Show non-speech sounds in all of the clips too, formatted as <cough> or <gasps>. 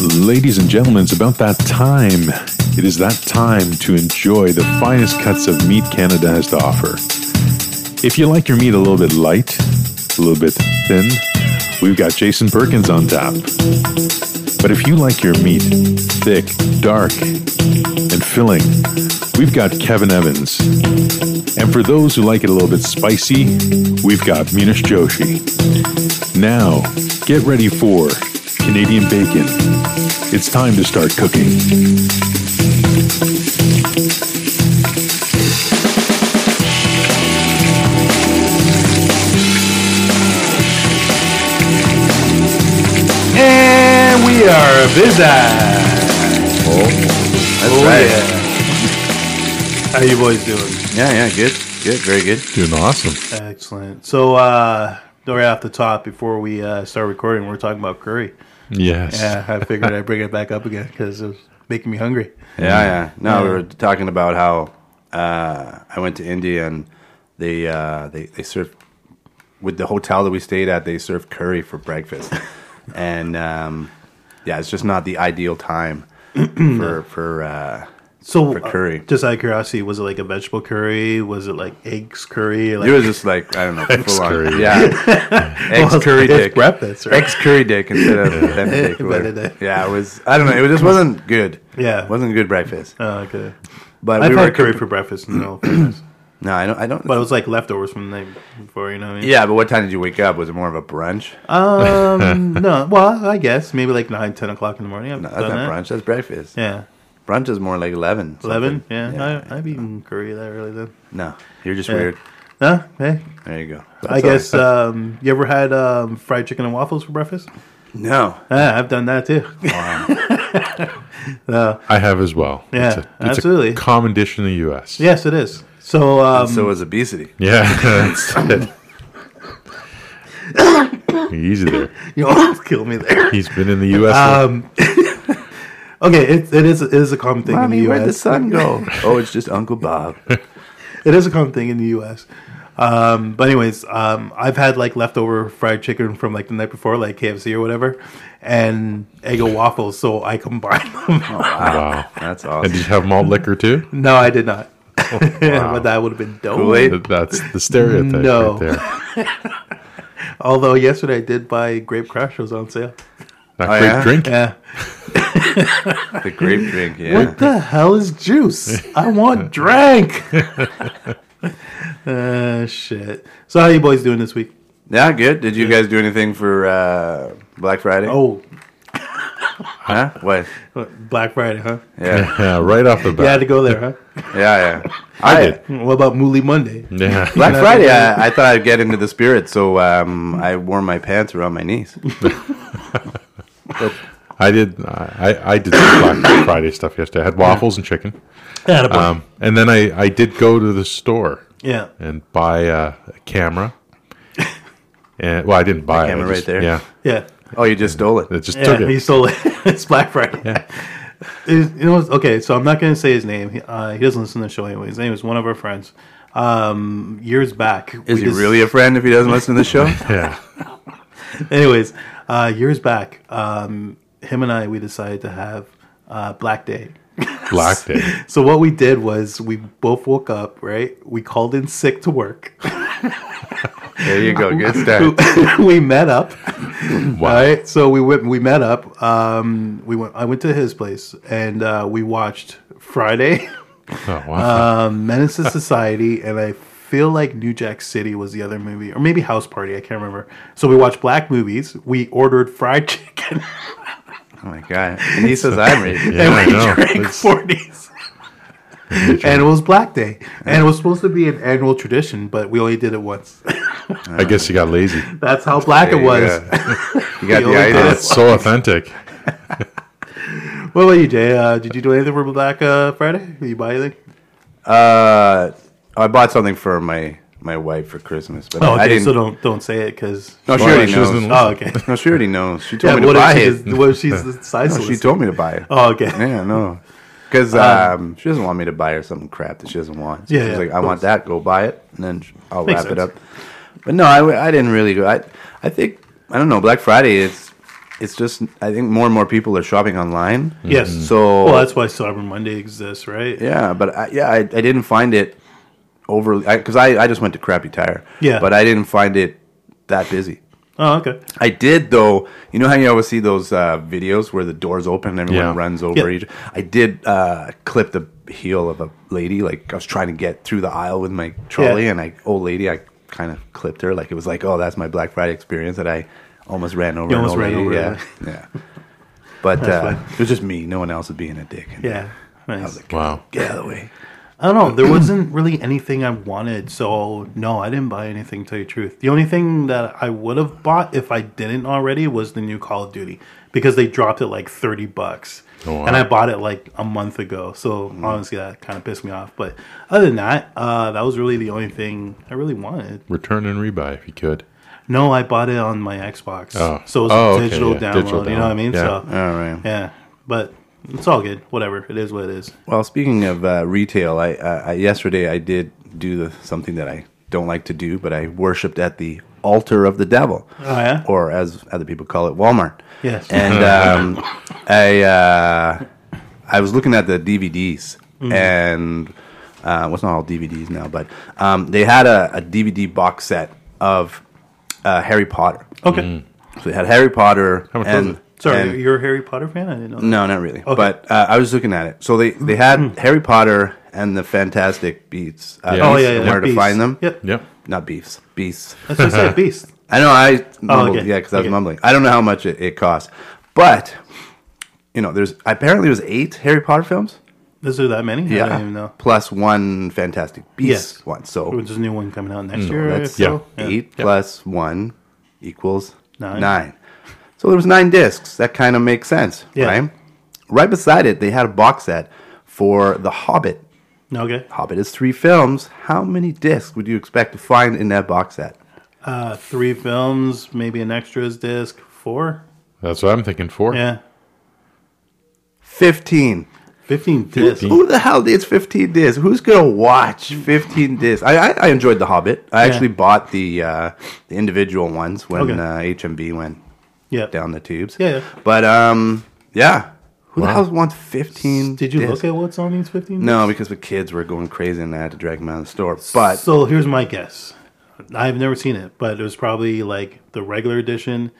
Ladies and gentlemen, it's about that time. It is that time to enjoy the finest cuts of meat Canada has to offer. If you like your meat a little bit light, a little bit thin, we've got Jason Perkins on tap. But if you like your meat thick, dark, and filling, we've got Kevin Evans. And for those who like it a little bit spicy, we've got Munish Joshi. Now, get ready for Canadian bacon. It's time to start cooking. And we are busy. That's Oh, right. yeah. How you boys doing? Yeah. yeah, good. Good, very good. Doing awesome. Excellent. So, uh, right off the top, before we uh, start recording, we we're talking about curry. Yes. Yeah, I figured I'd bring it back up again because it was making me hungry. Yeah, yeah. No, we were talking about how uh, I went to India and they uh, they they served with the hotel that we stayed at. They served curry <laughs> for breakfast, and um, yeah, it's just not the <clears throat> ideal time for for. Uh, So, For curry. uh, just out of curiosity, was it like a vegetable curry? Was it like eggs curry? Like, it was just like I don't know, full curry. on, <laughs> yeah, ex curry it's dick, breakfast, right? ex curry dick instead of <laughs> them dick. or- Better dick. Yeah, it was. I don't know. It just wasn't good. Yeah. wasn't good breakfast. oh, okay. But I've Uh, we were had curry for breakfast, no, offense. No, I don't. I don't. but it was like leftovers from the night before. You know what I mean? Yeah, but what time did you wake up? Was it more of a brunch? Uh, Um, no. Well, I guess maybe like nine, ten o'clock in the morning. I've no, that's done not that. brunch. That's breakfast. Yeah. Brunch is more like eleven. something. 11? Yeah, I, I've eaten curry that early then. No, you're just weird. Huh? Hey, There you go. I That's all. guess um, you ever had um, fried chicken and waffles for breakfast? no. Ah, I've done that too. I have as well. Yeah, It's a- it's a absolutely. common dish in the U.S. yes, it is. So, um, so is obesity. Yeah, <laughs> that's it. Easy there. you almost killed me there. He's been in the U.S. <laughs> Okay, it, it is it is a common thing in the U.S. <laughs> sun go? oh, it's just Uncle Bob. it is a common thing in the U.S. Um, but anyways, um, I've had like leftover fried chicken from like the night before, like KFC or whatever, and egg and waffles. So I combined <laughs> them. wow. <laughs> That's And did you awesome. have malt liquor too? no, I did not. wow. <laughs> but that would have been dope. Kool-Aid? That- That's the stereotype No. right there. Although yesterday I did buy Grape Crush it was on sale. That Oh, great yeah? drink. Yeah. the grape drink. Yeah. What the hell is juice? I want drank. <laughs> uh, shit. So how you boys doing this week? Yeah, good. Did you guys do anything for uh, Black Friday? Oh, huh? What? what, Black Friday, huh? Yeah, Yeah, right off the You had bat. to go there, huh? yeah, yeah. I did. What about Mooly Monday? Yeah. Black Friday, I, I thought I'd get into the spirit, so um, I wore my pants around <laughs> my knees. I did. I, I did some Black Friday stuff yesterday. I had waffles and chicken, Attaboy. um, and then I, I did go to the store yeah. and buy uh, a <laughs> camera. And well, I didn't buy it. I camera right just- there. Yeah, Yeah. Oh, you just stole it. it just Yeah. took He it. stole it. <laughs> it's Black Friday. <laughs> Is- you know, what's- okay, so I'm not going to say his name. He, uh, he doesn't listen to the show anyway. His name is one of our friends. Um, years back. Is he really a friend if he doesn't listen to <laughs> the show? Yeah, Anyways, uh, years back, um, him and I we decided to have uh, Black Day. Black <laughs> Day. So what we did was we both woke up, right? We called in sick to work. <laughs> There you go. Good start. we met up, Wow. right? So we went, we met up. Um, we went. I went to his place and uh, we watched Friday, <laughs> Oh, wow. um, Menace to Society, and I feel like New Jack City was the other movie, or maybe House Party. I can't remember. So we watched black movies. We ordered fried <laughs> chicken. Oh my god. And he <laughs> says I'm racist. yeah, I and we know. drank It's- 40s. and it was Black Day. And it was supposed to be an annual tradition, but we only did it once. <laughs> I guess you got lazy. That's how black it There you was. <laughs> go. You got The the, only idea. That's so authentic. What about you, Jay? Uh, did you do anything for Black uh, Friday? Did you buy anything? Uh, I bought something for my my wife for Christmas, but Oh, okay. I didn't. so don't don't say it because. no, she Why? already She knows. doesn't- <laughs> Oh, okay. No, she already knows. She Yeah, told me to what, buy if she it. is, what if she's the size No, she list? told me to buy it. Oh, okay. Yeah, no, because um, she doesn't want me to buy her some crap that she doesn't want. So Yeah, she's yeah, like, of I course. want that. Go buy it, and then sh- I'll Makes wrap it sense. up. But no, I, w- I didn't really go. I I think I don't know. Black Friday is it's just I think more and more people are shopping online. Yes. So Well, that's why Cyber Monday exists, right? yeah, but I, yeah, I, I didn't find it overly because I, I, just went to Crappy Tire. Yeah. but I didn't find it that busy. Oh, okay. I did though. You know how you always see those uh, videos where the doors open and Yeah. everyone runs over Yeah. each. I did uh, clip the heel of a lady. Like I was trying to get through the aisle with my trolley, Yeah. and I old lady, I kind of clipped her. Like it was like, oh, that's my Black Friday experience that I almost ran over. You an almost old ran lady. over yeah, <laughs> yeah. But uh, fine. it was just me. No one else was being a dick. And Yeah. Nice. I was like, Wow. get out of the way. I don't know. <clears throat> There wasn't really anything I wanted, so no, I didn't buy anything. To tell you the truth, the only thing that I would have bought if I didn't already was the new Call of Duty because they dropped it like thirty bucks, Oh, wow. Mm. and I bought it like a month ago. So honestly, that kind of pissed me off. But other than that, uh, that was really the only thing I really wanted. Return and rebuy if you could. No, I bought it on my Xbox, Oh. so it was Oh, a okay, digital, yeah, download, digital You know what I download. mean? Yeah. So All right. yeah, but it's all good. Whatever, it is what it is. Well, speaking of uh, retail, I, uh, I yesterday I did do the, something that I don't like to do, but I worshipped at the altar of the devil, Oh yeah, or as other people call it, Walmart. yes, <laughs> And um, I uh, I was looking at the DVDs, Mm-hmm. and uh, well, it's not all DVDs now, but um, they had a, a DVD box set of uh, Harry Potter. okay. Mm. So they had Harry Potter. How much and, was it? Sorry, and- you're a Harry Potter fan? I didn't know. That. no, not really. But uh, I was looking at it. So they, they had Hmm. Harry Potter and the Fantastic Beasts. Uh, Yeah. Oh, Beasts yeah, and yeah, Where to Beast. find them? Yep. Yep. Not beefs, beasts. That's just <laughs> that beast. I know. I mumbled, Oh, okay. yeah, because I was Okay. mumbling. I don't know how much it, it cost, but you know, there's apparently there's eight Harry Potter films. Is there that many? I don't even know. plus one Fantastic Beasts Yes. one. So There's a new one coming out next year. Oh. Hmm. That's or so? yeah. eight plus one equals Nine. nine. So there was nine discs. That kind of makes sense, Yeah. right? Right beside it, they had a box set for The Hobbit. Yeah. Okay. Hobbit is three films. How many discs would you expect to find in that box set? Uh, three films, maybe an extras disc. Four? That's what I'm thinking for. Yeah. Fifteen. 15 discs. Who the hell needs fifteen discs? Who's gonna watch fifteen discs? I, I, I enjoyed The Hobbit. I Yeah. actually bought the uh, the individual ones when Okay. uh, HMB went Yeah. down the tubes. Yeah, yeah. But um, yeah. Who the Wow. hell wants fifteen? Did you discs? look at what's on these 15? No, because the kids were going crazy and I had to drag them out of the store. But So here's my guess. I've never seen it, but it was probably like the regular edition.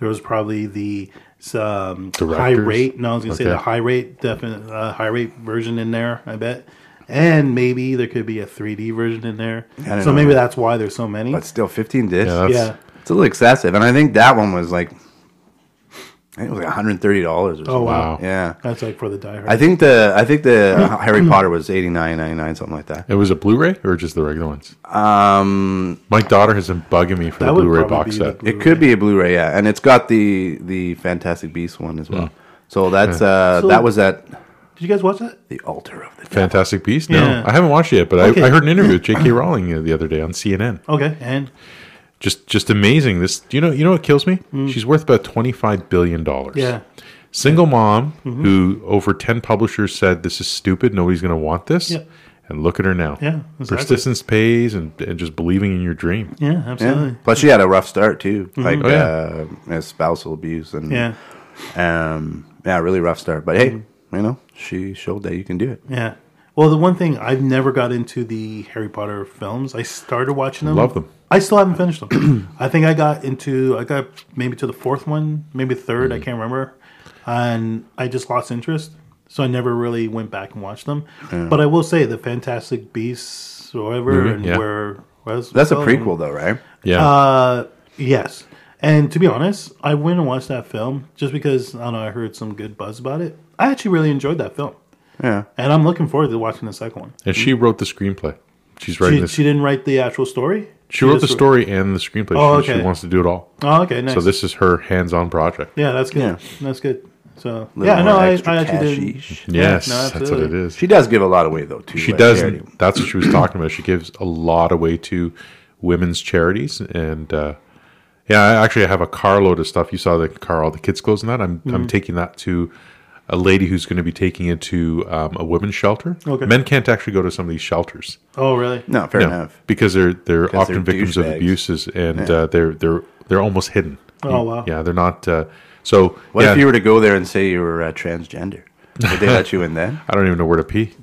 There was probably the um, high Directors? rate. No, I was gonna say the Okay. high rate, definite uh, high rate version in there. I bet, and maybe there could be a 3D version in there. don't So know. maybe that's why there's so many. but still, fifteen discs. Yeah, that's- yeah. it's a little excessive, and I think that one was like, I think it was like one hundred thirty dollars or something. Oh wow. Wow. Yeah, That's like for the diehard. I think the I think the <coughs> Harry Potter was eighty nine ninety nine something like that. It was a Blu-ray or just the regular ones? Um, My daughter has been bugging me for That the would Blu-ray probably box be the set. Blu- it could be a Blu-ray, yeah, and it's got the the Fantastic Beasts one as Hmm. well. So that's uh, So- that was at Did you guys watch that? the altar of the. Fantastic Beast? Yeah. No, I haven't watched it yet, but Okay. I, I heard an interview with J.K. Rowling uh, the other day on CNN. Okay, and Just, just amazing. This, you know, you know what kills me? She's worth about twenty-five billion dollars. Hmm. yeah, Mm-hmm. single mom who over 10 publishers said this is stupid nobody's going to want this Yeah. and look at her now Yeah, exactly. persistence pays and, and just believing in your dream yeah, absolutely. Yeah. Plus, she had a rough start too, like Oh, yeah. uh, uh, spousal abuse and Yeah. um, yeah, really rough start. But hey, Mm-hmm. you know, she showed that you can do it. Yeah. Well, the one thing I've never got into the Harry Potter films. I started watching them. Love them. I still haven't finished them. <clears throat> I think I got into I got maybe to the fourth one, maybe 3rd I can't remember. And I just lost interest, so I never really went back and watched them. But I will say the Fantastic Beasts or whatever Movie, and yeah. where was That's a oh, prequel, though, right? yeah uh, yes. And to be honest, I went and watched that film just because I don't know I heard some good buzz about it. I actually really enjoyed that film, Yeah. and I'm looking forward to watching the second one. and she wrote the screenplay she's writing She, this she she, didn't write the actual story. wrote the just story and the screenplay Oh, she, she okay. wants to do it all Oh, okay, nice. so this is her hands-on project yeah, that's good. Yeah. That's good. So Little yeah, more no, I, extra I actually did. cash-ish. yes no, that's what it absolutely. is She does give a lot away, though. Too. she at does charity. that's what she was talking about she gives a lot away to women's charities and uh yeah i actually have a carload of stuff you saw the car all the kids clothes and that i'm Mm-hmm. i'm taking that to a lady who's going to be taking it to um, a women's shelter <laughs> Okay. men can't actually go to some of these shelters Oh, really? No, fair No, enough. because they're they're often they're victims of douchebags. abuses and uh, they're they're they're almost hidden Oh, wow. yeah they're not uh, So What yeah, if you were to go there and say you were uh, transgender? <laughs> Would they let you in then? I don't even know where <laughs> to pee.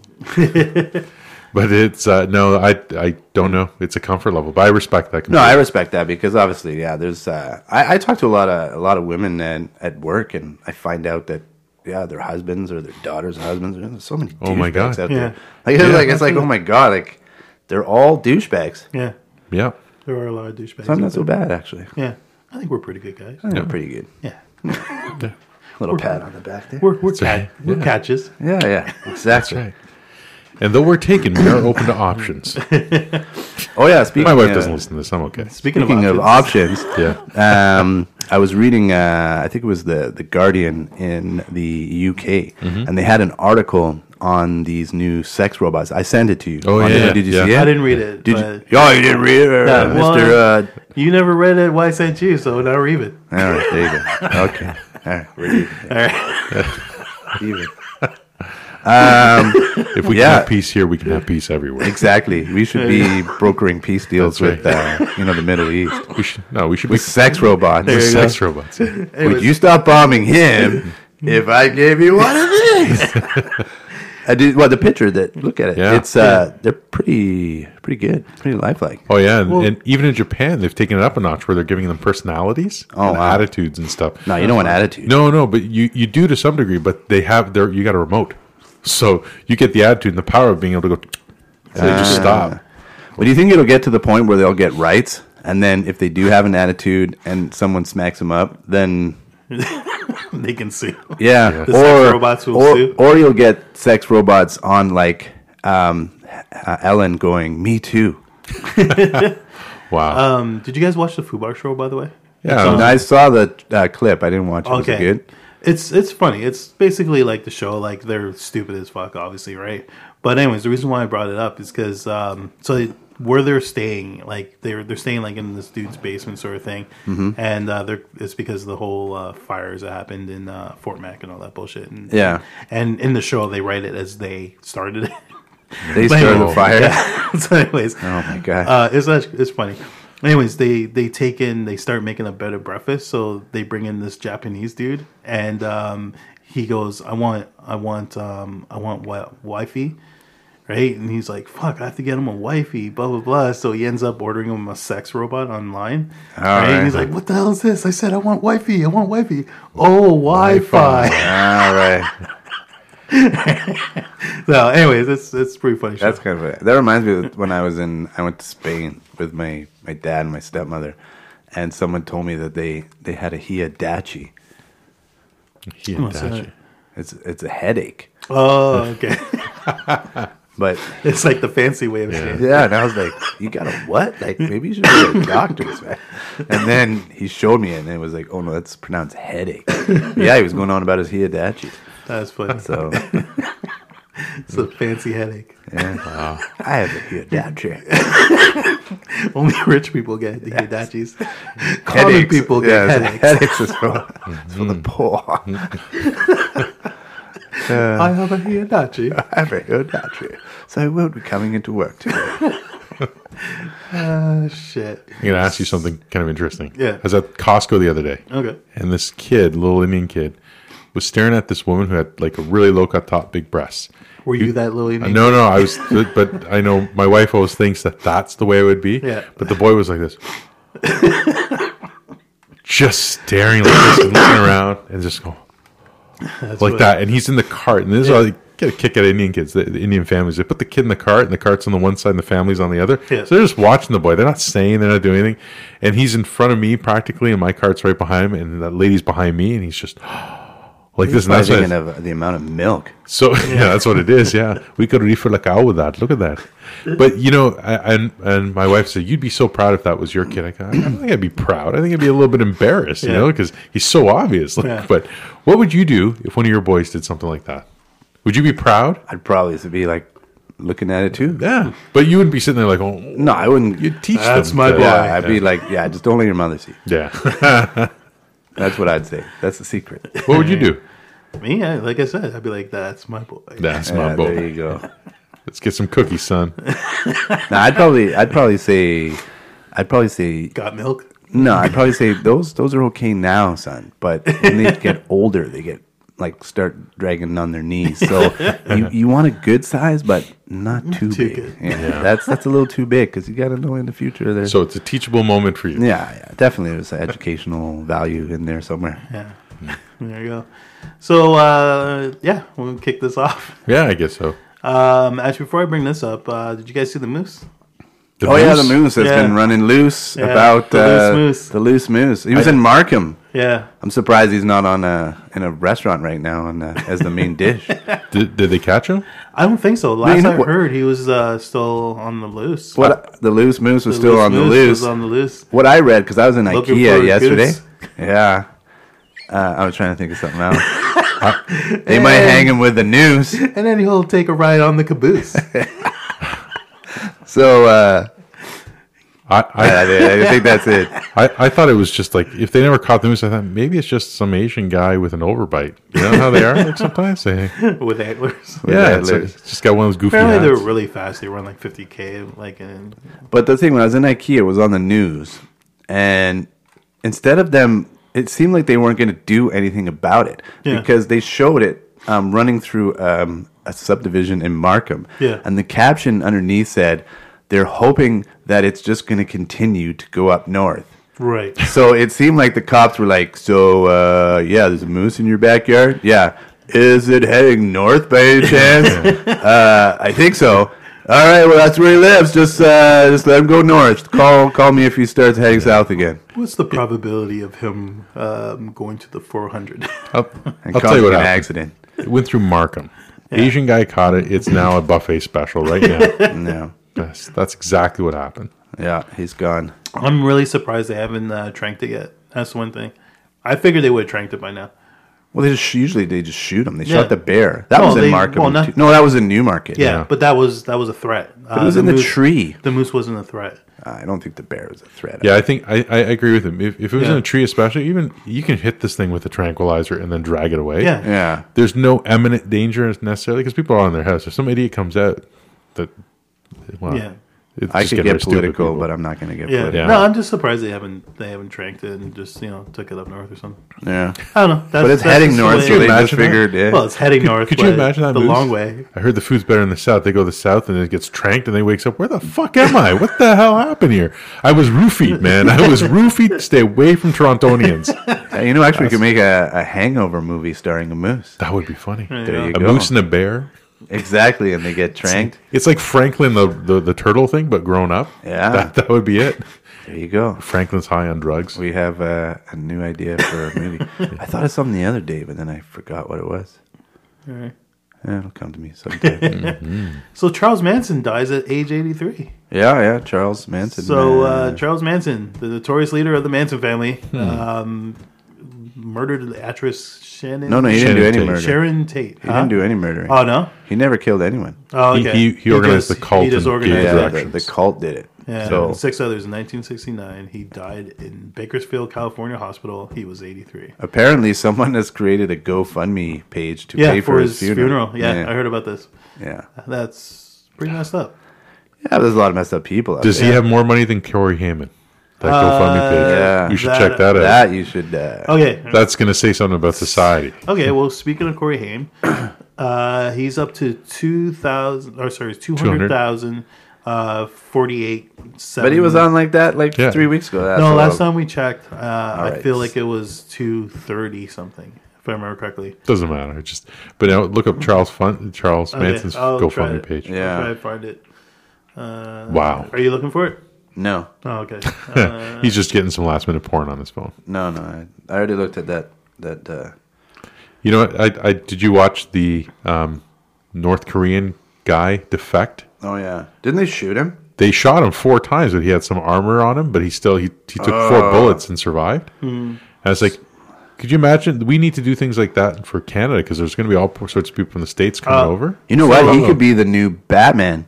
but it's uh, no, I I don't know. It's a comfort level, but I respect that. No, Completely. I respect that because obviously, yeah. There's uh, I, I talk to a lot of a lot of women at, at work, and I find out that yeah, their husbands or their daughters and husbands. There's so many. Oh my douchebags God. Out Yeah. there. Like, it's like it's like oh my god, like they're all douchebags. Yeah, yeah, there are a lot of douchebags. I'm out not so bad actually. there. Yeah, I think we're pretty good guys. I think I'm pretty good. Yeah, Little pat on the back there. we're we're, cat, right. we're catches. Yeah, <laughs> yeah, that's exactly. right. And though we're taken, we are open <laughs> to options. Oh yeah, speaking. My wife uh, doesn't listen to this. I'm okay. Speaking, Speaking of, of options, options, <laughs> Yeah. um, I was reading, uh, I think it was the the Guardian in the UK, Mm-hmm. and they had an article on these new sex robots. I sent it to you. Oh, On- yeah, did you yeah. see it? I didn't read it. Did but you? Oh, you didn't read it, uh, Yeah, well, Mister. Uh, you? never read it. Why sent you? So now read it. <laughs> all right, there you go. Okay, <laughs> all right, we're even. All right. even. If we Yeah. can have peace here, we can have peace everywhere. Exactly. We <laughs> should be brokering peace deals That's with uh, you know the Middle East. We should, no, we should be With sex robots. There you go. <laughs> sex robots. Anyways, Would you stop bombing <laughs> him if I gave you one of these? <laughs> I did. Well, the picture that look at it. Yeah. It's uh, they're pretty, pretty good, pretty lifelike. Oh yeah, and, and even in Japan, they've taken it up a notch where they're giving them personalities, Oh, and wow. attitudes and stuff. No, you don't want attitude. No, no, but you you do to some degree, but they have their you got a remote, so you get the attitude and the power of being able to go. And they Ah. just stop. But do you think it'll get to the point where they'll get rights, and then if they do have an attitude and someone smacks them up, then <laughs> they can sue. yeah, The sex robots will or, sue. or you'll get sex robots on like um, uh, Ellen going, "Me too." Wow. Um, did you guys watch the Fubar show by the way? yeah. And I saw the uh, clip. I didn't watch. it. Was it Okay. good? It's it's funny. It's basically like the show. Like they're stupid as fuck, obviously, right? But anyways, the reason why I brought it up is because um, so they, where they're staying, like they're they're staying like in this dude's basement sort of thing, Mm-hmm. and uh, they're it's because of the whole uh, fires that happened in uh, Fort Mac and all that bullshit. And, Yeah. And in the show, they write it as they started it. They started the Oh. fire. <laughs> <laughs> so, anyways, Oh my god. uh, it's actually, it's funny. Anyways, they they take in they start making a better breakfast, so they bring in this Japanese dude, and um, he goes, "I want I want um, I want wi- wifey." Right, and he's like, "Fuck, I have to get him a wifey." Blah blah blah. So he ends up ordering him a sex robot online. All right? right. and he's like, "What the hell is this?" I said, "I want wifey. I want wifey." Oh, Wi-Fi. <laughs> All right. so, anyways, it's it's pretty funny. That's kind of a, that reminds me of when I was in I went to Spain with my my dad and my stepmother, and someone told me that they they had a hiadachi. He What's attached that? it. It's it's a headache, oh, okay. but it's like the fancy way of saying. it. yeah. And I was like, you got a what? Like maybe you should go to the doctors, man. And then he showed me it, and it was like, oh no, that's pronounced headache. yeah, he was going on about his hiadachi. That's funny. So It's a fancy headache. yeah, I have a <laughs> hiadachi. Only rich people get the hidachis. <laughs> Common Headaches. people get Yeah, headaches. it's- Mm. headaches is <laughs> for, it's for the poor. I have a hidachi. I have a hiadachi, so I won't be coming into work today. Ah, shit. I'm gonna ask you something kind of interesting. Yeah. Oh. I was at Costco the other day, Okay. and this kid, little Indian kid, was staring at this woman who had like a really low cut top, big breasts. Were you that little Uh, No, no, I was, but I know my wife always thinks that that's the way it would be. Yeah. But the boy was like this, <laughs> just staring like this and looking around and just going That's like what- that. And he's in the cart, and this is all, you get a kick out of Indian kids, the, the Indian families. They put the kid in the cart, and the cart's on the one side, and the family's on the other. Yeah. So they're just watching the boy. They're not saying, they're not doing anything. And he's in front of me practically, and my cart's right behind him, and that lady's behind me, and he's just. <gasps> Like this, and I that's was what I- thinking of the amount of milk. so <laughs> yeah. that's what it is. Yeah, we could refill a cow with that. Look at that. But you know, I, and and my wife said you'd be so proud if that was your kid. I, go, I don't think I'd be proud. I think I'd be a little bit embarrassed, you Yeah. know, because he's so obvious. <laughs> Like, Yeah. But what would you do if one of your boys did something like that? Would you be proud? I'd probably be like looking at it too. Yeah, but you wouldn't be sitting there like, oh, No, I wouldn't. you teach That's them my to- boy. yeah, I'd be like, yeah, just don't let your mother see. Yeah. <laughs> That's what I'd say. That's the secret. what would you do? Me, I, like I said, I'd be like, that's my boy. That's Yeah, my there boy. you go. Let's get some cookies, son. No, I'd probably, I'd probably say, I'd probably say, Got milk? No, I'd probably say those those are okay now, son. But when they get older, they get like start dragging on their knees. So you, you want a good size, but not too, Too big. good. Yeah, that's that's a little too big because you got to know in the future. There's So it's a teachable moment for you. yeah, yeah, definitely there's an educational value in there somewhere. Yeah. Hmm. There you go. So uh, yeah, we'll kick this off. Yeah, I guess so. Um, actually, before I bring this up, uh, did you guys see the moose? The Oh yeah, the moose moose? has Yeah. been running loose Yeah, about the loose uh, moose. the loose moose. He was in Markham. Yeah. I'm surprised he's not on a in a restaurant right now on uh as the <laughs> main dish. Did, did they catch him? I don't think so. Last you know I what- heard, he was uh, still on the loose. What the loose moose was The still loose on the moose loose. was on the loose. What I read because I was in Looking for IKEA a yesterday. goose. Yeah, uh, I was trying to think of something else. <laughs> they might hang him with the noose. And then he'll take a ride on the <laughs> caboose. So uh, I, I, I, I think that's it. I, I thought it was just like if they never caught the moose, I thought maybe it's just some Asian guy with an overbite. You know how they are like sometimes. They, <laughs> with antlers. yeah, it's, antlers. like- it's just got one of those goofy. Apparently Hats. they're really fast. They run like 50k. Like in, But the thing when I was in IKEA it was on the news, and instead of them, it seemed like they weren't going to do anything about it Yeah. because they showed it um, running through um, a subdivision in Markham, Yeah. and the caption underneath said, "They're hoping that it's just going to continue to go up north." right. So it seemed like the cops were like, "So uh, yeah, there's a moose in your backyard. Yeah, is it heading north by any chance? uh, I think so. All right, well that's where he lives. Just uh, just let him go north. Call call me if he starts heading south again. What's the probability of him um, going to the 400? I'll, And cause I'll tell you what an happened. accident. It went through Markham. Asian guy caught it. It's now a buffet special right now. <laughs> No, that's, that's exactly what happened. yeah, he's gone. <laughs> I'm really surprised they haven't uh, tranked it yet. That's one thing. I figured they would have tranked it by now. Well, they just usually they just shoot him. They Yeah. shot the bear. That No, was in they- Markham. well, not- too. no, that was in Newmarket. Yeah, Yeah. but that was that was a threat. Uh, it was in the moose- tree. The moose wasn't a threat. I don't think the bear was a threat. Yeah, I think I, I agree with him. If, if it was in Yeah. a tree, especially, even you can hit this thing with a tranquilizer and then drag it away. Yeah. yeah. There's no imminent danger necessarily because people are in their house. If some idiot comes out, that well, Yeah. it's I just could get getting very stupid political, people. Oh. but I'm not going to get Yeah. political. Yeah. no, I'm just surprised they haven't they haven't tranked it and just you know took it up north or something. Yeah. I don't know. That's, But that's it's heading just the north, way- so they just imagine that? figured, yeah. well, it's heading north. Could you but imagine that the moose? long way? I heard the food's better in the south. They go to the south and it gets tranked and they wakes up. Where the fuck am I? What the hell happened here? I was roofied, man. I was roofied. Stay away from Torontonians. Uh, you know, actually, we could make a, a hangover movie starring a moose. That would be funny. There you a go. moose and a bear. Exactly, and they get tranked. It's like Franklin the, the, the turtle thing, but grown up. Yeah. That, that would be it. There you go. Franklin's high on drugs. We have uh, a new idea for a movie. I thought of something the other day, but then I forgot what it was. Yeah, it'll come to me sometime. <laughs> yeah, So Charles Manson dies at age 83. yeah, Charles Manson. So uh, uh, Charles Manson, the notorious leader of the Manson family, um, murdered the actress Shannon. no, no, he didn't do Sharon any Tate. murder. Sharon Tate. He didn't do any murdering. Oh no. He never killed anyone. Oh, He- okay. he- he organized the cult He just and organized gave yeah, it. the, the directions. cult did it. Yeah, So and six others in 1969. He died in Bakersfield, California hospital. He was 83. apparently, someone has created a GoFundMe page to Yeah, pay for, his funeral. Yeah, yeah. I heard about this. Yeah. That's pretty messed up. Yeah, there's a lot of messed up people. Out Does there. he have more money than Corey Heyman? That GoFundMe page. yeah. you should Uh, that- check that out. that? You should. Uh, Okay, That's going to say something about society. Okay, well, speaking of Corey Haim, <clears throat> uh, he's up to 2,000, or sorry, 200,000, uh, 48. But he was on like that like Yeah. three weeks ago. That's No, all. last time we checked, uh, I right. feel like it was 230 something, if I remember correctly. Doesn't matter. It Just but now look up Charles Fun Charles Okay, Manson's I'll try GoFundMe it. page. Yeah. I'll try to find it. Uh, Wow. Are you looking for it? No, Oh, okay. He's just getting some last minute porn on his phone. no, no. I, I already looked at that. That uh, You know, what? I, I did you watch the um, North Korean guy defect? oh yeah, didn't they shoot him? They shot him four times, but he had some armor on him. But he still he, he took four Oh. bullets and survived. Hmm. And I was like, could you imagine? We need to do things like that for Canada because there's going to be all sorts of people from the states coming Uh. over. You know what? He could be the new <laughs> Batman.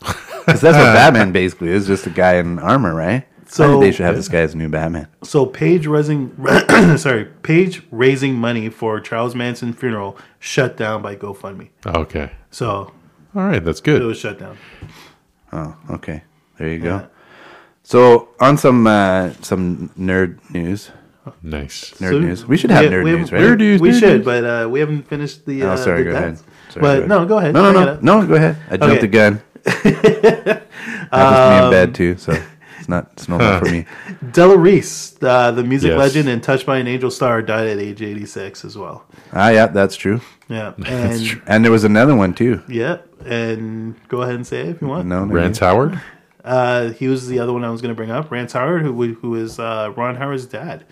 Because that's what Batman basically is, just a guy in armor, right? So So- uh, they should have this guy as new Batman. so, Page raising, <coughs> sorry, Page raising money for Charles Manson funeral shut down by GoFundMe. Oh, Okay, So, all right, that's it good. was shut down. Oh, okay. There you go. So on some uh, some nerd news, Nice. nerd news. We should have nerd we news, right? nerd news, We nerd should, news. but uh, we haven't finished the. Oh, Uh, sorry. the Go ahead. deaths. but Sorry, go ahead. no, go ahead. No, Uh, Bring no, it up. no, no. Go ahead. I jumped Okay. the gun. I was me in bed too, so it's not it's no help for me. Della Reese, uh, the music Yes. legend and Touched by an Angel star, died at age 86 as well. Ah, yeah, <laughs> that's true. Yeah, and That's true. And there was another one too. yeah, and go ahead and say it if you want. No, maybe. Rance Howard? Uh, he was the other one I was going to bring up. Rance Howard, who who is uh, Ron Howard's dad,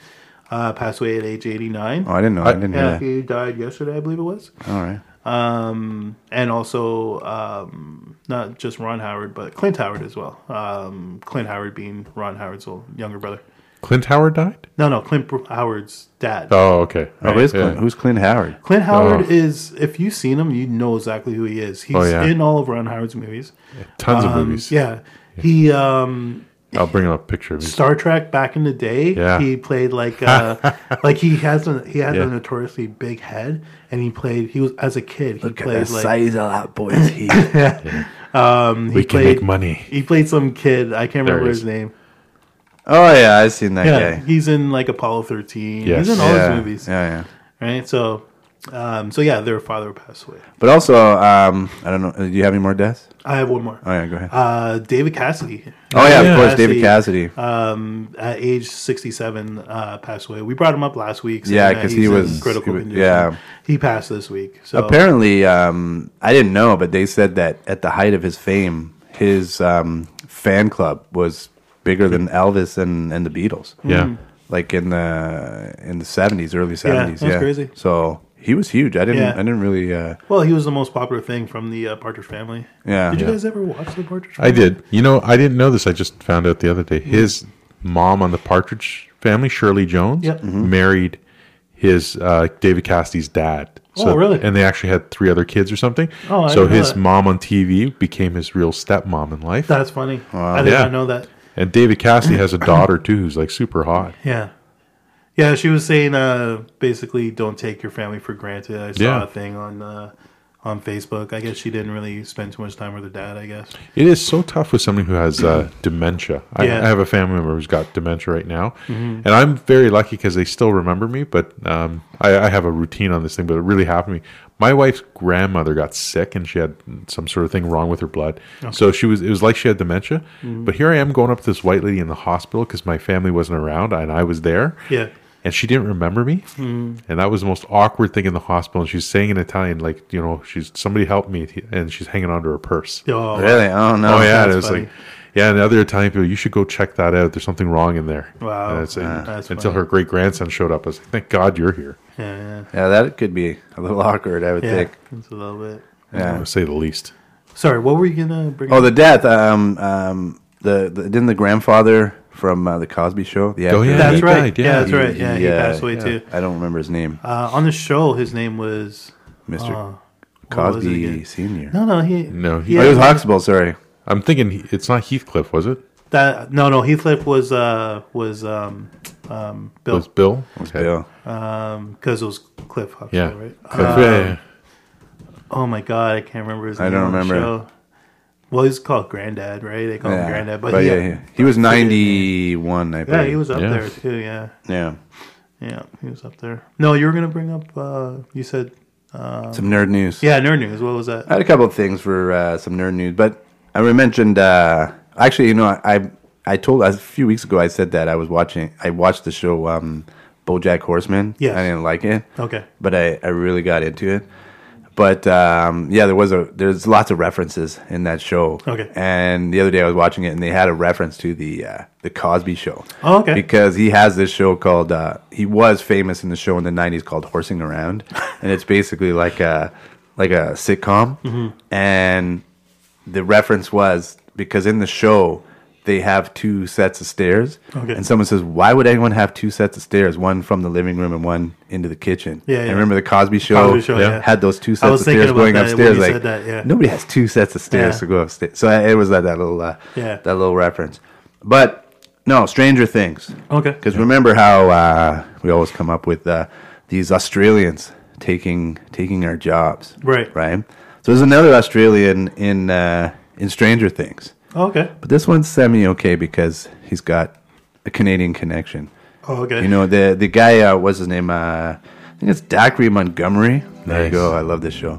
uh, passed away at age 89. Oh, I didn't know. I, didn't hear yeah, that. he died yesterday, I believe it was. All right. Um, and also um, not just Ron Howard, but Clint Howard as well. Um, Clint Howard being Ron Howard's little younger brother. Clint Howard died? No, no, Clint Howard's dad. Oh, okay. Oh, who's Yeah. Clint, who's Clint Howard? Clint Howard Oh. is, if you've seen him, you know exactly who he is. He's Oh, yeah. in all of Ron Howard's movies. Tons of Um, movies. Yeah. He, um, I'll bring up a picture of him. Star Trek back in the day, Yeah. he played like, <laughs> uh, like he has a, he had Yeah. a notoriously big head and he played, he was, as a kid, he played like, <laughs> of that boy's heat. um, he We can played, make money. he played some kid, I can't There remember he is. his name. oh yeah, I've seen that Yeah. guy. He's in like Apollo 13. Yes. He's in all yeah. his movies. Yeah, yeah. Right. So, um, so yeah, their father passed away. But also, um, I don't know. Do you have any more deaths? I have one more. Oh yeah, go ahead. Uh, David Cassidy. oh yeah, yeah. of course, David Cassidy. um, at age 67 uh, passed away. We brought him up last week. saying Yeah, that 'cause he's he in was- critical. he was- condition. yeah. he passed this week. So Apparently, um, I didn't know, but they said that at the height of his fame, his um, fan club was bigger than Elvis and, and the Beatles. Hmm. Yeah. like in the in the seventies, early seventies. that's Yeah, crazy. So he was huge. I didn't. Yeah. I didn't really. Uh, well, he was the most popular thing from the uh, Partridge Family. yeah. Did you Yeah. guys ever watch the Partridge? Family? I did. You know, I didn't know this. I just found out the other Hmm. day. His mom on the Partridge family, Shirley Jones, Yep. Mm-hmm. married his uh, David Cassidy's dad. Oh, really? And they actually had three other kids or something. Oh, I so didn't know his that. mom on TV became his real stepmom in life. That's funny. I did Yeah. not know that. and <coughs> David Cassidy has a daughter too, who's like super hot. Yeah. Yeah, she was saying uh, basically don't take your family for granted. I saw Yeah. a thing on uh, on Facebook. I guess she didn't really spend too much time with her dad. I guess. It is so tough with somebody who <clears throat> has uh, dementia. I, Yeah. Mm-hmm. I have a family member who's got dementia right now, and I'm very lucky because they still remember me. But um, I, I have a routine on this thing, but it really happened to me. My wife's grandmother got sick, and she had some sort of thing wrong with her blood. So she was it was like she had dementia. Mm-hmm. But here I am going up to this white lady in the hospital because my family wasn't around and I was there Yeah. Mm-hmm. and she didn't remember me and that was the most awkward thing in the hospital and she's saying in italian like you know she's somebody help me and she's hanging onto her purse Oh, Really? Oh <laughs> no. oh yeah that's and it was funny. like yeah and the other italian people you should go check that out there's something wrong in there Wow. and it's, Ah. That's until funny. her great grandson showed up i was like thank god you're here Yeah, yeah, Yeah, that could be a little <laughs> awkward. I would yeah. think. It's a little bit. Yeah. to say the least Sorry, what were you gonna bring? Oh, the death. Um, um, the, the didn't the grandfather from uh, the Cosby Show? The Oh, actor? yeah. That's He right. died, yeah. yeah. that's right. Yeah, he, uh, passed away yeah. too. I don't remember his name, Uh, on the show, his name was Mr. uh, what was it Cosby again? Senior. No, no, he No, he- he Oh, it was had- Huxtable. Sorry. i'm thinking he- it's not heathcliff was it that. No, no, Heathcliff was uh was um um it Bill was bill Okay. Yeah. um because it was Cliff Huxtable, yeah right? Ah. Um, Cliff, yeah, yeah, yeah. Oh my god, I can't remember his I name. don't on the remember. show. Well, he's called Granddad, right? They call him Yeah. Oh, Granddad, But, but, he yeah, yeah, yeah, he was ninety-one. I believe. yeah, he was up Yeah. there too. Yeah, Yeah. yeah, he was up there. No, you were gonna bring up. uh You said, Some nerd news. uh, yeah, nerd news. What was that? I had a couple of things for uh, some nerd news, but I mentioned uh, actually, you know, I I told a few weeks ago I said that I was watching I watched the show um, BoJack Horseman. Yes. Uh-huh. I didn't like it, Okay, but I, I really got into it. But um, yeah, there was a there's lots of references in that show. Okay. And the other day I was watching it, and they had a reference to the uh, the Cosby Show. Oh, okay. Because he has this show called uh, he was famous in the show in the '90s called Horsing Around, <laughs> and it's basically like a like a sitcom. Mm-hmm. And the reference was because in the show they have two sets of stairs, Okay. and someone says, "Why would anyone have two sets of stairs? One from the living room and one into the kitchen." Yeah, And yeah. remember the Cosby Show, Cosby Show, yeah. had those two I sets of was thinking stairs about going that when upstairs. you Like said that, yeah. nobody has two sets of stairs Yeah. to go upstairs. So it was like that little, uh, Yeah. that little reference. But no, Stranger Things. okay. Because remember how uh, we always come up with uh, these Australians taking taking our jobs, Right. Right. So there's another Australian in uh, in Stranger Things, Oh, okay. But this one's semi okay because he's got a Canadian connection. Oh, okay. You know, the the guy, uh, what's his name? Uh, I think it's Dacry Montgomery. There you Nice. go. I love this show.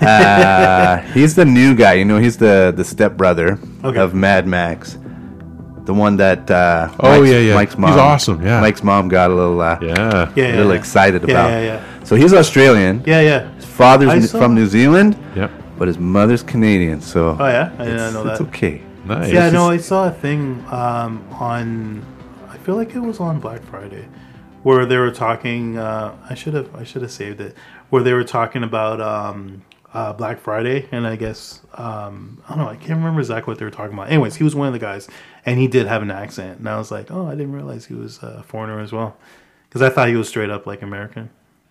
Uh, <laughs> he's the new guy. You know, he's the, the stepbrother Okay. of Mad Max. The one that uh, Oh, yeah, yeah. Mike's He's mom awesome, yeah. Mike's mom got a little uh, Yeah. Yeah. a little excited Yeah, about. yeah, yeah. So he's Australian. Yeah, yeah. His father's I N- saw- from New Zealand, Yep. but his mother's Canadian. So Oh, yeah. I didn't know that. it's okay. Nice. Yeah, no, I saw a thing um, on. I feel like it was on Black Friday, where they were talking. Uh, I should have. I should have saved it. Where they were talking about um, uh, Black Friday, and I guess um, I don't know. I can't remember exactly what they were talking about. Anyways, he was one of the guys, and he did have an accent, and I was like, oh, I didn't realize he was uh, a foreigner as well, because I thought he was straight up like American.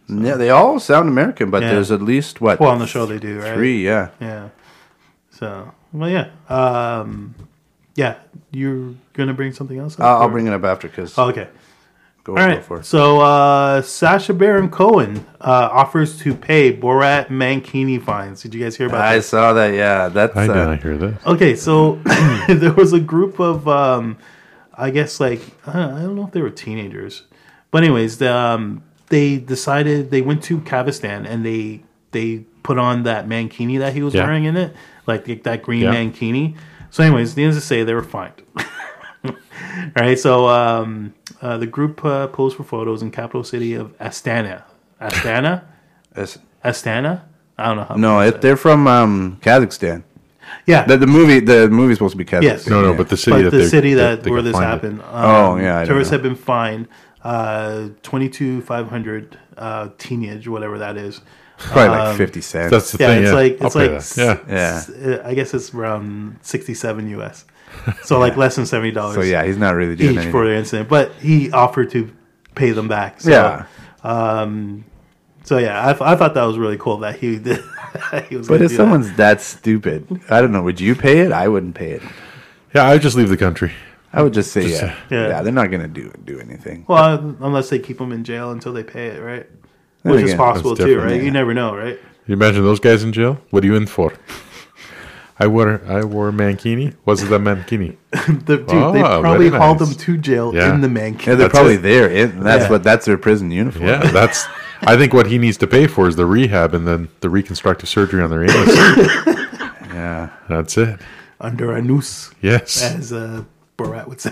Yeah, they all sound American, but Yeah. there's at least what? Well, on the show they do, right? three. Yeah, Yeah. So, well, yeah. Um, yeah, you're gonna bring something else. Up, I'll, I'll or- bring it up after because Oh, okay. go, All go right. for it. So uh, Sasha Baron Cohen uh, offers to pay Borat Mankini fines. Did you guys hear about I that? saw that. Yeah, that's I did uh, not hear this. Okay, so <coughs> there was a group of, um, I guess, like I don't I don't know if they were teenagers, but anyways, the, um, they decided they went to Kavistan and they they put on that mankini that he was Yeah. wearing in it, like the, that green Yeah. mankini. So, anyways, needless to say, they were fined. <laughs> All right, so um, uh, the group uh, posed for photos in capital city of Astana, Astana, it's- Astana. I don't know. How no, it, they're from um, Kazakhstan. yeah, The, the movie, the movie's supposed to be Kazakhstan. Yes. No, no, yeah. but the city but that the they, city that, they where got this fined in. happened. Um, Oh, yeah, I don't tourists know. have been fined uh, twenty two five hundred uh, teenage, whatever that is. probably Um, like fifty cents. That's the Yeah, thing. it's yeah. like I'll it's pay like s- that. yeah. s- uh, I guess it's around sixty seven <laughs> US, so like less than seventy dollars. so yeah, he's not really doing each anything. for the incident, but he offered to pay them back. So, yeah, so yeah, I, I thought that was really cool that he <laughs> did. he was but gonna do that. if someone's that stupid, I don't know. Would you pay it? I wouldn't pay it. Yeah, I would just leave the country. I would just say yeah. Yeah. yeah, They're not gonna do do anything. well, unless they keep them in jail until they pay it, right? Then Which is again, possible that's too, different, right? yeah. You never know, right? You imagine those guys in jail? What are you in for? <laughs> I wore I wore mankini. Was it a mankini? The, dude, they Oh, probably very hauled nice. them to jail Yeah. in the mankini. Yeah, they're That's probably it. there. It, that's Yeah. what that's their prison uniform. Yeah, <laughs> that's. I think what he needs to pay for is the rehab and then the reconstructive surgery on their anus. <laughs> Yeah. that's it. under a noose, Yes. as uh, Borat would <laughs> say.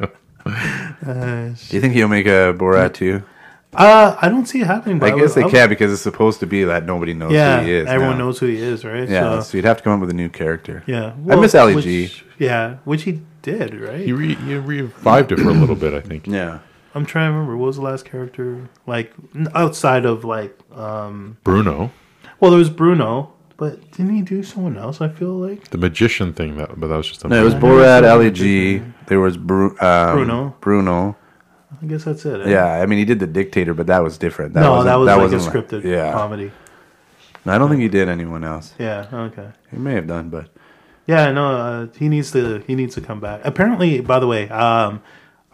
Do you think he'll make a Borat too? Uh, I don't see it happening. I But guess would- they would- can't because it's supposed to be that nobody knows Yeah, who he is. everyone now. knows who he is, right? Yeah, So, so you'd have to come up with a new character. yeah. I miss Well, Ali which- G. Yeah, which he did, right? He, re, he revived it for a little bit, I think. Yeah. I'm trying to remember. What was the last character like n- outside of like? um Bruno, Well, there was Bruno, but didn't he do someone else? I feel like the magician thing, that but that was just a No, it was Borat, Ali G. There was Bru- um, Bruno. Bruno. I guess that's it. eh? Yeah, I mean, he did the Dictator, but that was different. No, wasn't- that was like a wasn't scripted yeah, comedy. I don't think he did anyone else. Yeah. Okay. He may have done, but Yeah, no, uh, he needs to he needs to come back. Apparently, by the way, um,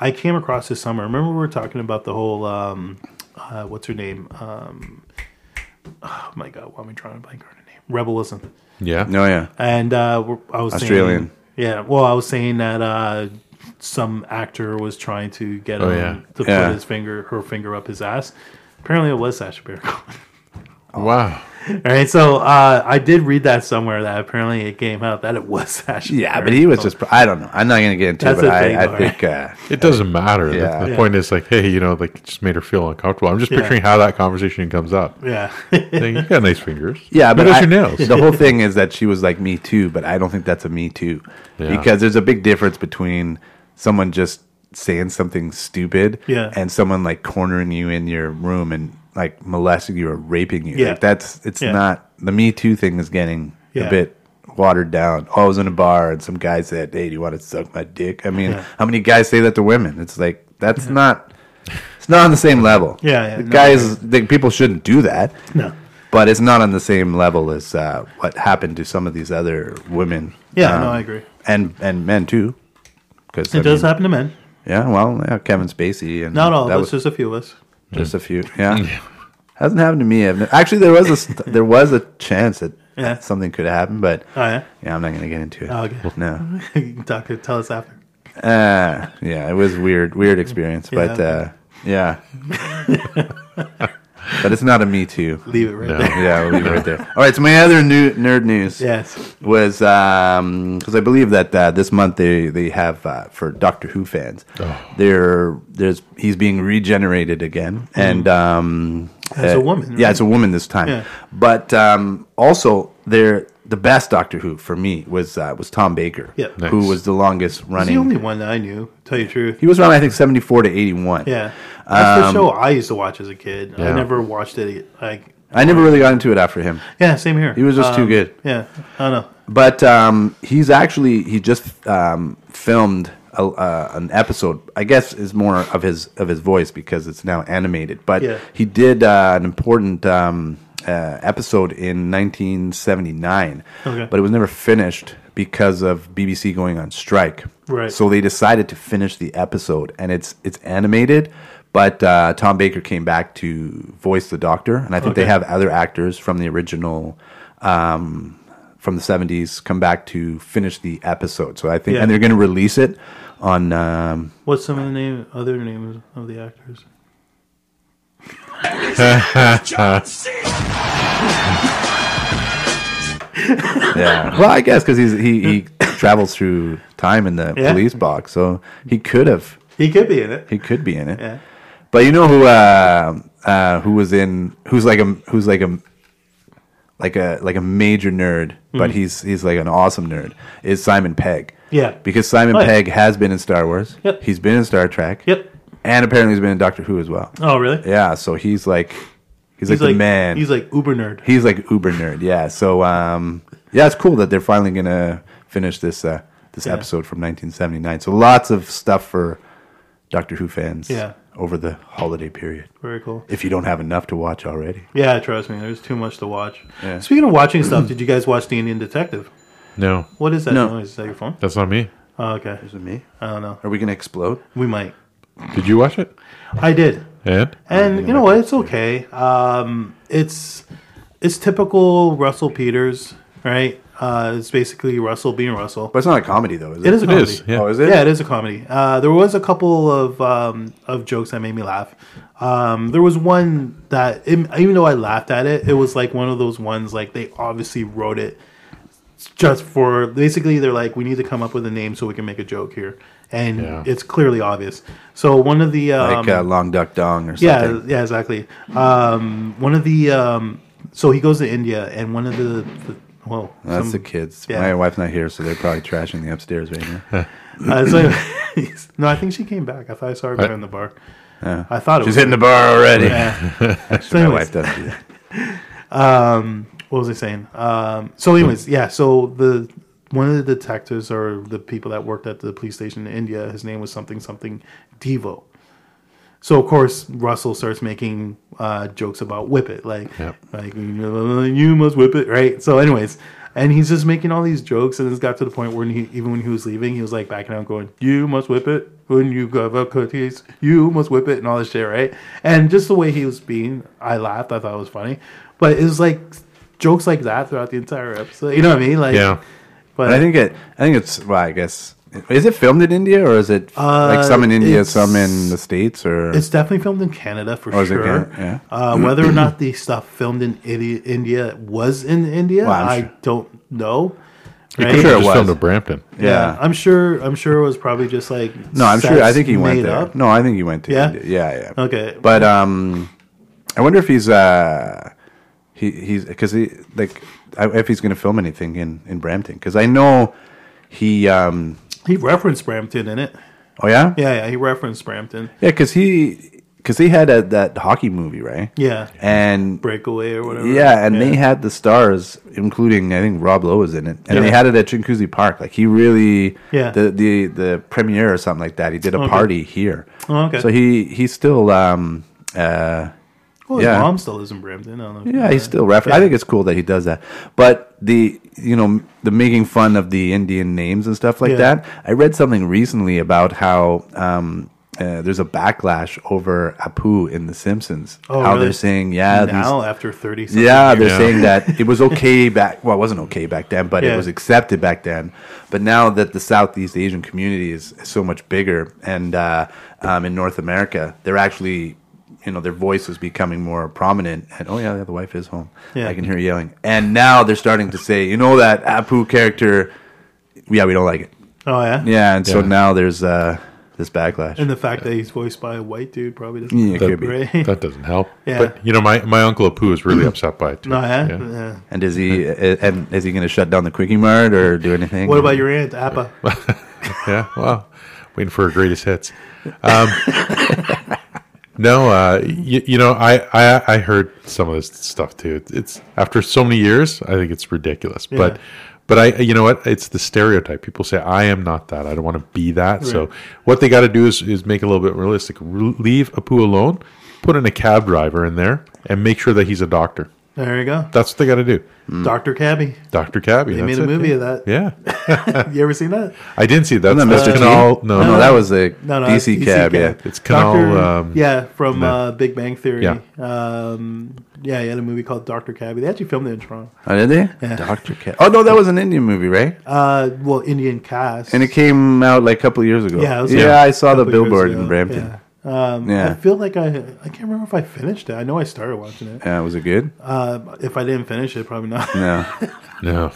I came across this summer. Remember we were talking about the whole um, uh, what's her name? Um, oh my god, why am I trying to blank on her name? Rebelism. yeah. no, Oh, yeah, And uh, we're- I was Australian. Saying, yeah, well, I was saying that uh, some actor was trying to get Oh, him yeah. to Yeah. put his finger, her finger up his ass. Apparently, it was Sasha Baron Cohen. <laughs> Wow. All right, so uh, I did read that somewhere that apparently it came out that it was <laughs> Sasha. yeah, Baron but he was Cohen. just. I don't know. I'm not gonna get into That's it, but the thing, I, though, I think uh, It doesn't matter. The- Yeah. The, Yeah. point is, like, hey, you know, like, it just made her feel uncomfortable. I'm just Yeah. picturing how that conversation comes up. yeah. <laughs> Saying, you got nice fingers. <laughs> Yeah, but but does I- your nails. the whole thing is that she was like me too, but I don't think that's a me too Yeah. because there's a big difference between someone just saying something stupid Yeah. and someone like cornering you in your room and like molesting you or raping you. Yeah. Like that's it's Yeah. not the me too thing is getting Yeah. a bit watered down. Oh, I was in a bar and some guy said, "Hey, do you want to suck my dick?" I mean, Yeah. how many guys say that to women? It's like that's not it's not on the same level. Yeah, yeah, The no, guys, the people shouldn't do that No. but it's not on the same level as uh, what happened to some of these other women. Um, Yeah, no, I agree. and and men too, because It does happen to men. Yeah, well, yeah, Kevin Spacey and Not all. That That's was just, just a few of us. a few. Yeah, hasn't happened to me. I've ne- actually there was a st- there was a chance that <laughs> Yeah. something could happen, but Oh, yeah? <laughs> yeah, I'm not gonna get into it. Oh, okay. No. you can talk to tell us after. Uh, yeah, it was weird, weird experience, but Yeah. <laughs> uh, yeah. but it's not a me too. Leave it right there. Yeah, we'll leave it right there. All right, so my other new nerd news Yes. was because I believe that uh, this month they they have uh, for Doctor Who fans, Oh. there there's he's being regenerated again, and um, Mm-hmm. As a woman, yeah, right? as a woman this time. Yeah. But um, also there the best Doctor Who for me was uh, was Tom Baker, Yeah. who Nice. was the longest It's running. the only one that I knew. to Tell you the truth. He was around, I think, 74 to 81. Yeah, that's the Um, show I used to watch as a kid. I Yeah. never watched it. Like, I never really got into it after him. yeah, same here. He was just too good. Yeah, I don't know. But um, he's actually, he just um, filmed a, uh, an episode, I guess is more of his of his voice because it's now animated. But Yeah. he did uh, an important um, uh, episode in 1979. Okay. But it was never finished because of BBC going on strike. Right. So they decided to finish the episode, and it's it's animated. But uh, Tom Baker came back to voice the Doctor, and I think they Okay. have other actors from the original, um, from the '70s, come back to finish the episode. So I think, Yeah. and they're going to release it on. Um, What's some of the name, other names of the actors? <laughs> yeah. Well, I guess because he's he, he travels through time in the Yeah. police box, so he could have He could be in it. he could be in it. Yeah. But you know who uh, uh, who was in who's like a who's like a like a like a major nerd, but he's he's like an awesome nerd is Simon Pegg. Mm-hmm. Yeah. because Simon Oh, yeah. Pegg has been in Star Wars. Yep. he's been in Star Trek. Yep. and apparently he's been in Doctor Who as well. Oh, really? Yeah, so he's like he's, He's like, like the man. He's like uber nerd. he's like uber nerd. Yeah, so um, yeah, it's cool that they're finally gonna finish this uh, this Yeah. episode from 1979. So lots of stuff for Doctor Who fans. Yeah. over the holiday period Very cool. if you don't have enough to watch already. Yeah, trust me. There's too much to watch. Yeah. Speaking of watching stuff, did you guys watch the Indian Detective? No, What is that No. noise? Is that your phone? that's not me. Oh, okay. Is it me? I don't know. Are we gonna explode? We might. Did you watch it? I did. And And you know what? It's okay. Um, it's it's typical Russell Peters, right? Uh, it's basically Russell being Russell. But it's not a comedy though, is it? It is a it comedy. is. Yeah. Oh, is it? Yeah, it is a comedy. Uh, there was a couple of um, of jokes that made me laugh. Um, there was one that, im- even though I laughed at it, it was like one of those ones like they obviously wrote it just for. Basically, they're like, we need to come up with a name so we can make a joke here, and Yeah. it's clearly obvious. So one of the um, Like uh, Long Duck Dong or yeah, something. yeah, exactly. Um, one of the um, so he goes to India, and one of the, the whoa, some- That's the kids. yeah. My wife's not here, so they're probably trashing the upstairs right now. <laughs> Uh, so, <laughs> <laughs> no, I think she came back. I thought I saw her behind the bar. I thought it was She's hitting the bar already. Yeah. so My anyways, wife doesn't do that. what was I saying? Um, so, anyways, Mm. yeah. So the one of the detectives or the people that worked at the police station in India, his name was something something Devo. So of course Russell starts making uh, jokes about whip it, like Yep. like you must whip it, right? So, anyways, and he's just making all these jokes, and it's got to the point where he, even when he was leaving, he was like backing out, going, "You must whip it when you go about cookies. You must whip it," and all this shit, right? And just the way he was being, I laughed. I thought it was funny, but it was like jokes like that throughout the entire episode. You know what I mean? Like, yeah, But But I think it. I think it's. Well, I guess. Is it filmed in India or is it like some in India, Uh, it's- some in the states, or It's definitely filmed in Canada for Oh, is it sure. Can- yeah. uh, whether or not the stuff filmed in Idi- India was in India, Well, I'm I sure- don't know. I'm They sure it just was. filmed in Brampton. yeah. I'm sure. I'm sure it was probably just like no, I'm sure. I sets think he went made there. up. No, I think he went to Yeah? India. Yeah, yeah. Okay, But um, I wonder if he's uh, he he's because he like I, if he's going to film anything in in Brampton because I know he um he referenced Brampton in it. oh yeah Yeah, yeah, he referenced Brampton. yeah because he because he had a, that hockey movie right Yeah, and Breakaway or whatever. yeah and they had the stars including I think Rob Lowe was in it and they Yeah. had it at Chinkuzi Park like he really Yeah. the the the premiere or something like that he did a Okay. party here Oh, okay. so he he's still um uh. well, his yeah. mom still lives in Brampton. I don't know. if you Yeah, know he's that. still referenced. I think it's cool that he does that. But the you know the making fun of the Indian names and stuff like Yeah. that. I read something recently about how um, uh, there's a backlash over Apu in The Simpsons. Oh, how really? they're saying, yeah, these- now after 30 something yeah, they're Yeah. saying <laughs> that it was okay back. Well, it wasn't okay back then, but Yeah. it was accepted back then. But now that the Southeast Asian community is so much bigger, and uh, um, in North America, they're actually, you know, their voice is becoming more prominent. And oh yeah, the wife is home. Yeah. I can hear her yelling. And now they're starting to say, you know, that Apu character. Yeah, we don't like it. oh yeah Yeah, and so Yeah. now there's uh, this backlash. and the fact that he's voiced by a white dude probably doesn't yeah, it That- could be. Right. <laughs> That doesn't help. Yeah. But you know, my, my uncle Apu is really upset by <laughs> it. <laughs> Too. no yeah? Yeah. Yeah. And is he? And is he going to shut down the quickie mart or do anything? what about your aunt appa yeah. Wow. Waiting for her greatest hits. Um, <laughs> no, uh, you, you know, I, I I heard some of this stuff too. It's, it's after so many years, I think it's ridiculous. But but I you know what? It's the stereotype. People say I am not that. I don't want to be that. So Right. what they got to do is is make it a little bit realistic. Re- leave Apu alone. Put in a cab driver in there and make sure that he's a doctor. there you go That's what they got to do. Mm. dr cabby Doctor Cabby. they made a movie of that Yeah, you ever seen that I didn't see that. Isn't that Mr. T? Canal, no, no, no, that was a No, no, that's DC, DC cab, cab. Yeah, it's Canal. Um, yeah, from uh, Big Bang Theory. Yeah. Um, yeah, he had a movie called Doctor Cabby. They actually filmed it in Toronto. oh, did they? Doctor Cab. Oh no, that was an Indian movie, right? Uh, well, Indian cast. And it came out like a couple years ago. Yeah, it was, yeah, like, I saw the couple years billboard ago. in Brampton. Yeah. Yeah. Um, Yeah. I feel like I I can't remember if I finished it. I know I started watching it. was it good? Uh, if I didn't finish it, probably not. <laughs> No, No.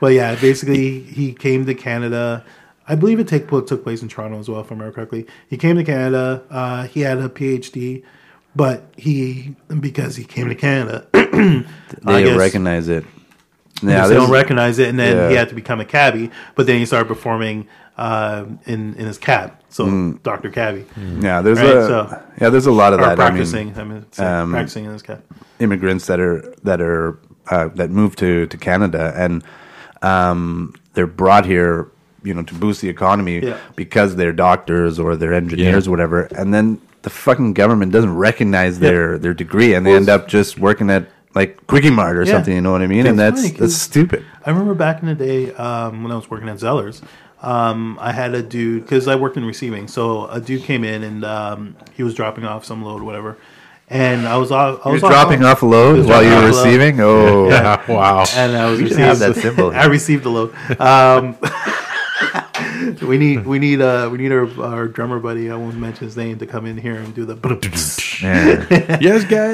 but yeah, basically he came to Canada. I believe it take, took place in Toronto as well, if I remember correctly. He came to Canada. Uh, he had a PhD, but he because he came to Canada, <clears throat> I they guess- recognize it. yeah, Yeah, they this don't is- recognize it, and then he Yeah. had to become a cabbie. But then he started performing um, in in his cab, so Doctor Cabbie, yeah, there's Right, a so- yeah, there's a lot of or Mm. that. I mean, practicing. I mean, sorry, um, practicing in his cab. immigrants that are that are uh, that move to to Canada and um, they're brought here, you know, to boost the economy Yeah. because they're doctors or they're engineers, Yeah. whatever. And then the fucking government doesn't recognize their their degree, and they end up just working at like Quickie Mart or Yeah. something. You know what I mean? It's and that's funny 'cause- that's stupid. I remember back in the day um, when I was working at Zellers, um, I had a dude because I worked in receiving. So a dude came in and um, he was dropping off some load, whatever. And I was off. I You're was dropping off a load Just while dropping you're off a load. receiving. Oh, <laughs> <laughs> wow. and I was We should receiving have that symbol <laughs> here. I received the load. Um, <laughs> we need we need uh we need our, our drummer buddy. I won't mention his name to come in here and do the <laughs> yeah. yes, guy.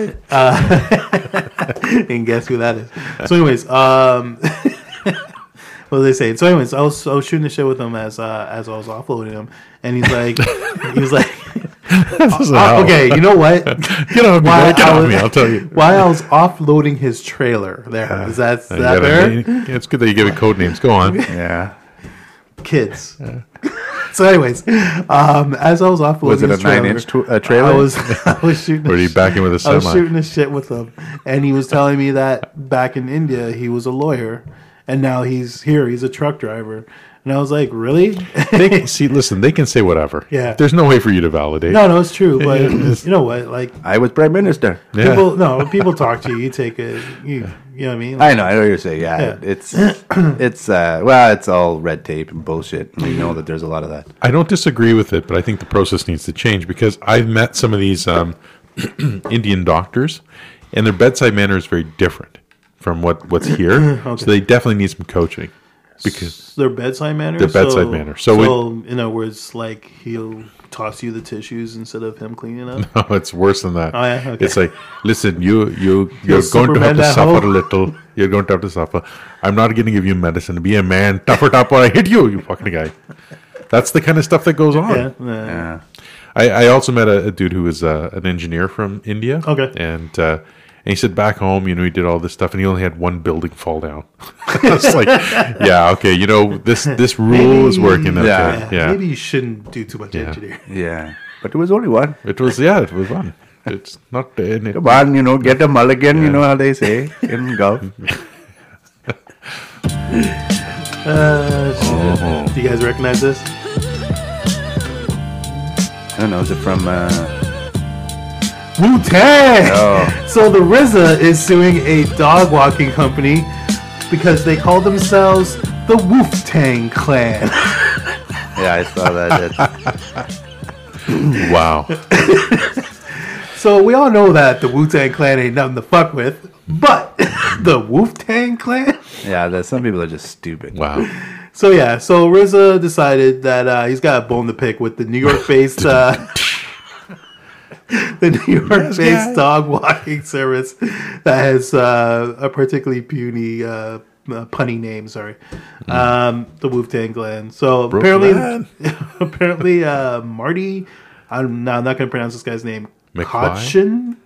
and guess who that is. So, anyways, um, <laughs> what were they saying? So, anyways, I was I was shooting the shit with him as uh, as I was offloading him, and he's like, he was like, <laughs> "Oh, okay, you know what? Get off me. Why Get I off was- me. I'll tell you. Why I was offloading his trailer there is that is You that gotta- fair? yeah, it's good that you give it code names. <laughs> Go on. yeah. Kids. <laughs> so, anyways, um, as I was offloading, Was it a his trailer, nine-inch tw- uh, trailer? I was <laughs> I was shooting. the Or do you shit- back in with a I was semi? shooting the shit with him, and he was telling me that back in India he was a lawyer, and now he's here. He's a truck driver, and I was like, really? <laughs> They can, see, listen, they can say whatever. Yeah. There's no way for you to validate. no, no, it's <laughs> true. But It is. you know what? Like I was prime minister. Yeah. people, no, people talk to you. You take it. You, you know what I mean? I know, I know what you're saying. Yeah, Yeah. it's it's uh, well, it's all red tape and bullshit. We know that there's a lot of that. I don't disagree with it, but I think the process needs to change because I've met some of these um, <clears throat> Indian doctors, and their bedside manner is very different from <clears throat> what, what's here. So they definitely need some coaching because <laughs> their bedside manner. Their bedside so, manner. So in other words, like he'll toss you the tissues instead of him cleaning <laughs> up. No, it's worse than that. Oh, yeah? Okay. It's like, listen, you you you're going to Superman have to that suffer hole. a little. You're going to have to suffer. I'm not going to give you medicine. Be a man, tough it up, or I hit you. You fucking guy. That's the kind of stuff that goes on. Yeah. yeah. Yeah. I, I also met a, a dude who was uh, an engineer from India. Okay. and uh, and he said back home, you know, he did all this stuff, and he only had one building fall down. <laughs> It's <laughs> like, yeah, okay, you know, this this rule is working. Okay. Yeah. Yeah, Maybe you shouldn't do too much engineering. <laughs> Yeah, but there was only one. it was. Yeah, it was fun. It's not. And it, Come on, you know, get a mulligan. You know how they say in golf. Uh, shit. Do you guys recognize this? I don't know. Is it from? Uh, Wu Tang. oh, So the RZA is suing a dog walking company because they call themselves the Wu Tang Clan. yeah, I saw that. That's- Wow. So we all know that the Wu Tang Clan ain't nothing to fuck with, but <laughs> the Wu Tang Clan. Yeah, that some people are just stupid. Wow. So yeah, so RZA decided that uh, he's got a bone to pick with the New York-based uh, <laughs> the New York-based guy. dog walking service that has uh, a particularly puny, uh, uh, punny name. Sorry, um, the Wu Tang Clan. So Brooklyn. apparently, <laughs> apparently uh, Marty. I'm, no, I'm not going to pronounce this guy's name. McFly? Kotchin,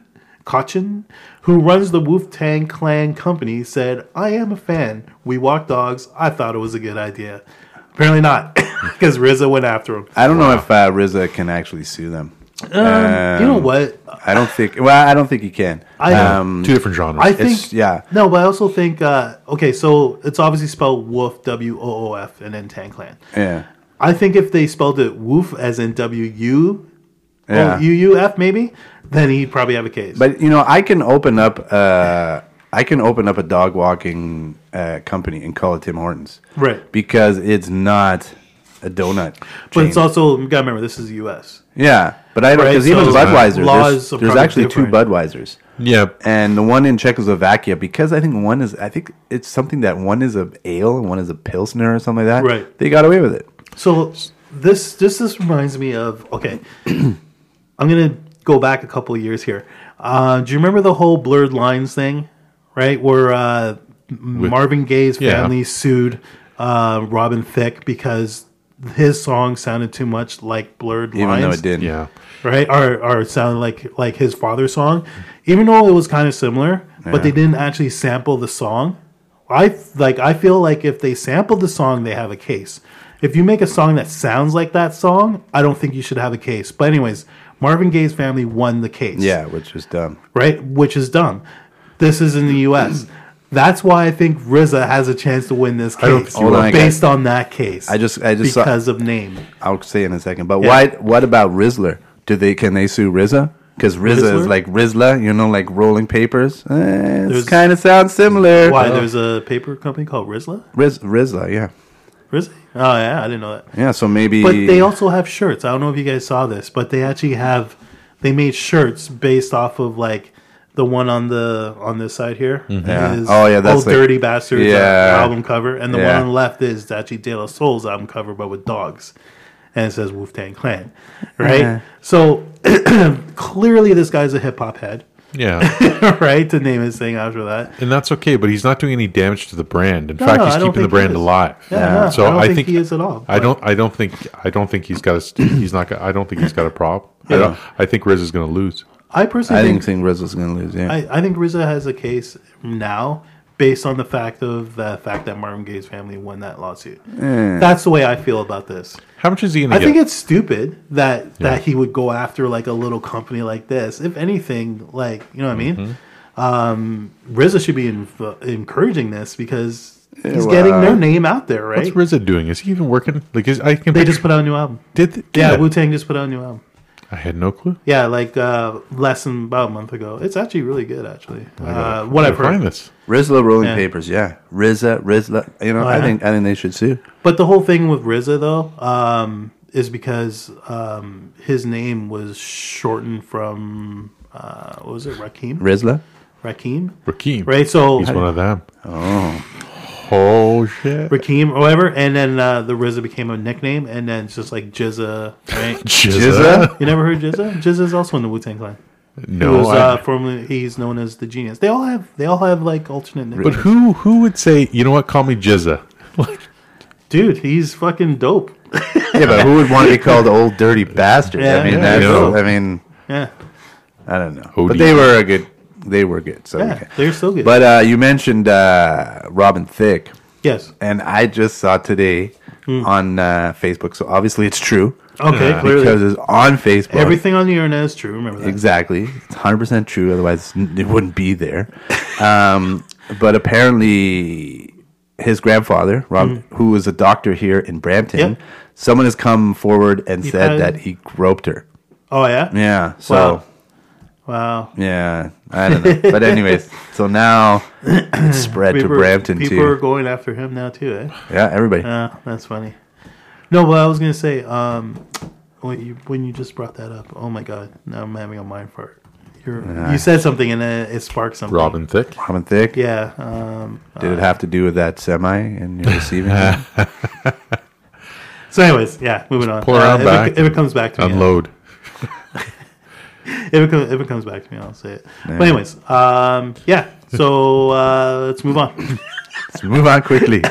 Kotchin, who runs the Wu Tang Clan company, said, "I am a fan. We walk dogs. I thought it was a good idea. Apparently not, <laughs> because RZA went after him. I don't know if uh, RZA can actually sue them. you Um, know what? I don't think. Well, I don't think he can. I- um, Two different genres. I think it's- yeah. No, but I also think uh, okay. So it's obviously spelled Wolf W O O F and then Tang Clan. yeah, I think if they spelled it Woof as in W U yeah. O U U F maybe, then he'd probably have a case. But you know, I can open up. Uh, I can open up a dog walking uh, company and call it Tim Hortons, Right. Because it's not a donut. but chain. it's also you gotta remember this is U.S. yeah. But I don't Right, because even so Budweiser. laws There's, are there's probably actually two different. Budweisers, yeah. and the one in Czechoslovakia because I think one is I think it's something that one is a ale and one is a pilsner or something like that. Right. They got away with it. So this this this reminds me of okay. <clears throat> I'm gonna go back a couple of years here. Uh, do you remember the whole blurred lines thing, right? Where uh, Marvin Gaye's Yeah. family sued uh, Robin Thicke because his song sounded too much like blurred Even lines though it didn't. Yeah. right? Or or sounded like like his father's song, even though it was kind of similar, but they didn't actually sample the song. I like I feel like if they sampled the song, they have a case. If you make a song that sounds like that song, I don't think you should have a case. But anyways, Marvin Gaye's family won the case Yeah, which was dumb. right? Which is dumb. This is in the U.S. That's why I think RZA has a chance to win this I don't case think you will. based on that case. I just- I just saw- because of name. I'll say in a second. But why? What about Rizzler? Do they can they sue RZA? Because RZA Rizzler? is like Rizla, you know, like rolling papers. Eh, There's- it kind of sounds similar. Why there's a paper company called RZA? Riz, Rizla? Yeah, RZA? Oh yeah, I didn't know that. yeah. So maybe. But they also have shirts. I don't know if you guys saw this, but they actually have they made shirts based off of like the one on the on this side here. Yeah. is Oh, yeah, that's Old like- dirty bastards uh, Yeah. album cover, and the Yeah. one on the left is actually De La Soul's album cover, but with dogs, and it says Wu Tang Clan, right? Yeah. So <clears throat> clearly, this guy's a hip hop head, <laughs> Yeah. right? To name his thing after that. and that's okay, but he's not doing any damage to the brand. In No, fact, I he's don't keeping the think he brand is. alive. Yeah, no, So I don't I think, think he is at all. I don't. I don't think. I don't think he's got. A, st- he's not. got- I don't think he's got a problem. I, don't, I think Riz is going to lose. I personally I think think think Rizla's gonna lose. Yeah. I, I think RZA has a case now based on the fact of the fact that Marvin Gaye's family won that lawsuit. That's the way I feel about this. How much is he going I to get? think it's stupid that that he would go after like a little company like this. If anything, like you know what I mean. Mm-hmm. Um, RZA should be in, encouraging this because he's well, getting their name out there, right? What's RZA doing? Is he even working? Like, is I can. they just put out a new album. did. th- Yeah, Wu Tang just put out a new album. I had no clue. Yeah, like uh, less than about a month ago. It's actually really good, actually. Uh, what I I've heard. find this. Rizla rolling Yeah. papers. Yeah. Rizla, Rizla. You know, I yeah. think I think they should sue. But the whole thing with RZA though um, is because um, his name was shortened from uh, what was it, Rakim? <laughs> Rizla. Rakim, Rakim. right? So He's one Rakim of them. Oh. Oh shit. Rakim, or whatever, and then uh, the RZA became a nickname, and then it's just like Jizza, <laughs> right? Jizza? you never heard Jizza? Jizza is also in the Wu Tang Clan. He No. was I- uh, formerly he's known as the Genius. They all have they all have like alternate names. but who who would say you know what? Call me Jizza. Dude, he's fucking dope. yeah, but who would want to be called old dirty bastard? Yeah, I mean, yeah, that's, yeah. I mean, Yeah, I don't know. Oh, but dear. they were a good. They were good. So yeah, okay. they're so good. But uh, you mentioned uh, Robin Thicke. yes, and I just saw today on uh, Facebook. So obviously it's true okay, Hmm. clearly because it's on Facebook. everything on the internet is true. Remember that. exactly, it's hundred percent true. Otherwise, it wouldn't be there. Um, but apparently, his grandfather, Rob, who was a doctor here in Brampton, Mm-hmm. Yeah. someone has come forward and said had- that he groped her. Oh yeah. Yeah. So. Wow. Wow. Yeah, I don't know. <laughs> But anyways, so now it's spread to People- Brampton people too. are going after him now too. Eh? <laughs> yeah, everybody. Uh, that's funny. No, but I was gonna say, um, when you, when you just brought that up, oh my god, now I'm having a mind fart. You're, You said something and it, it sparked something. Robin Thicke. Robin Thicke. Yeah. Um, Did it have to do with that semi and your receiving? end? so, anyways, yeah, moving on. Uh, pour on if, back. It, if it comes back to me, I'll- Unload. if it, com- if it comes back to me, I'll say it. But Yeah. anyways, um, yeah. So uh, let's move on. Let's move <laughs> on quickly.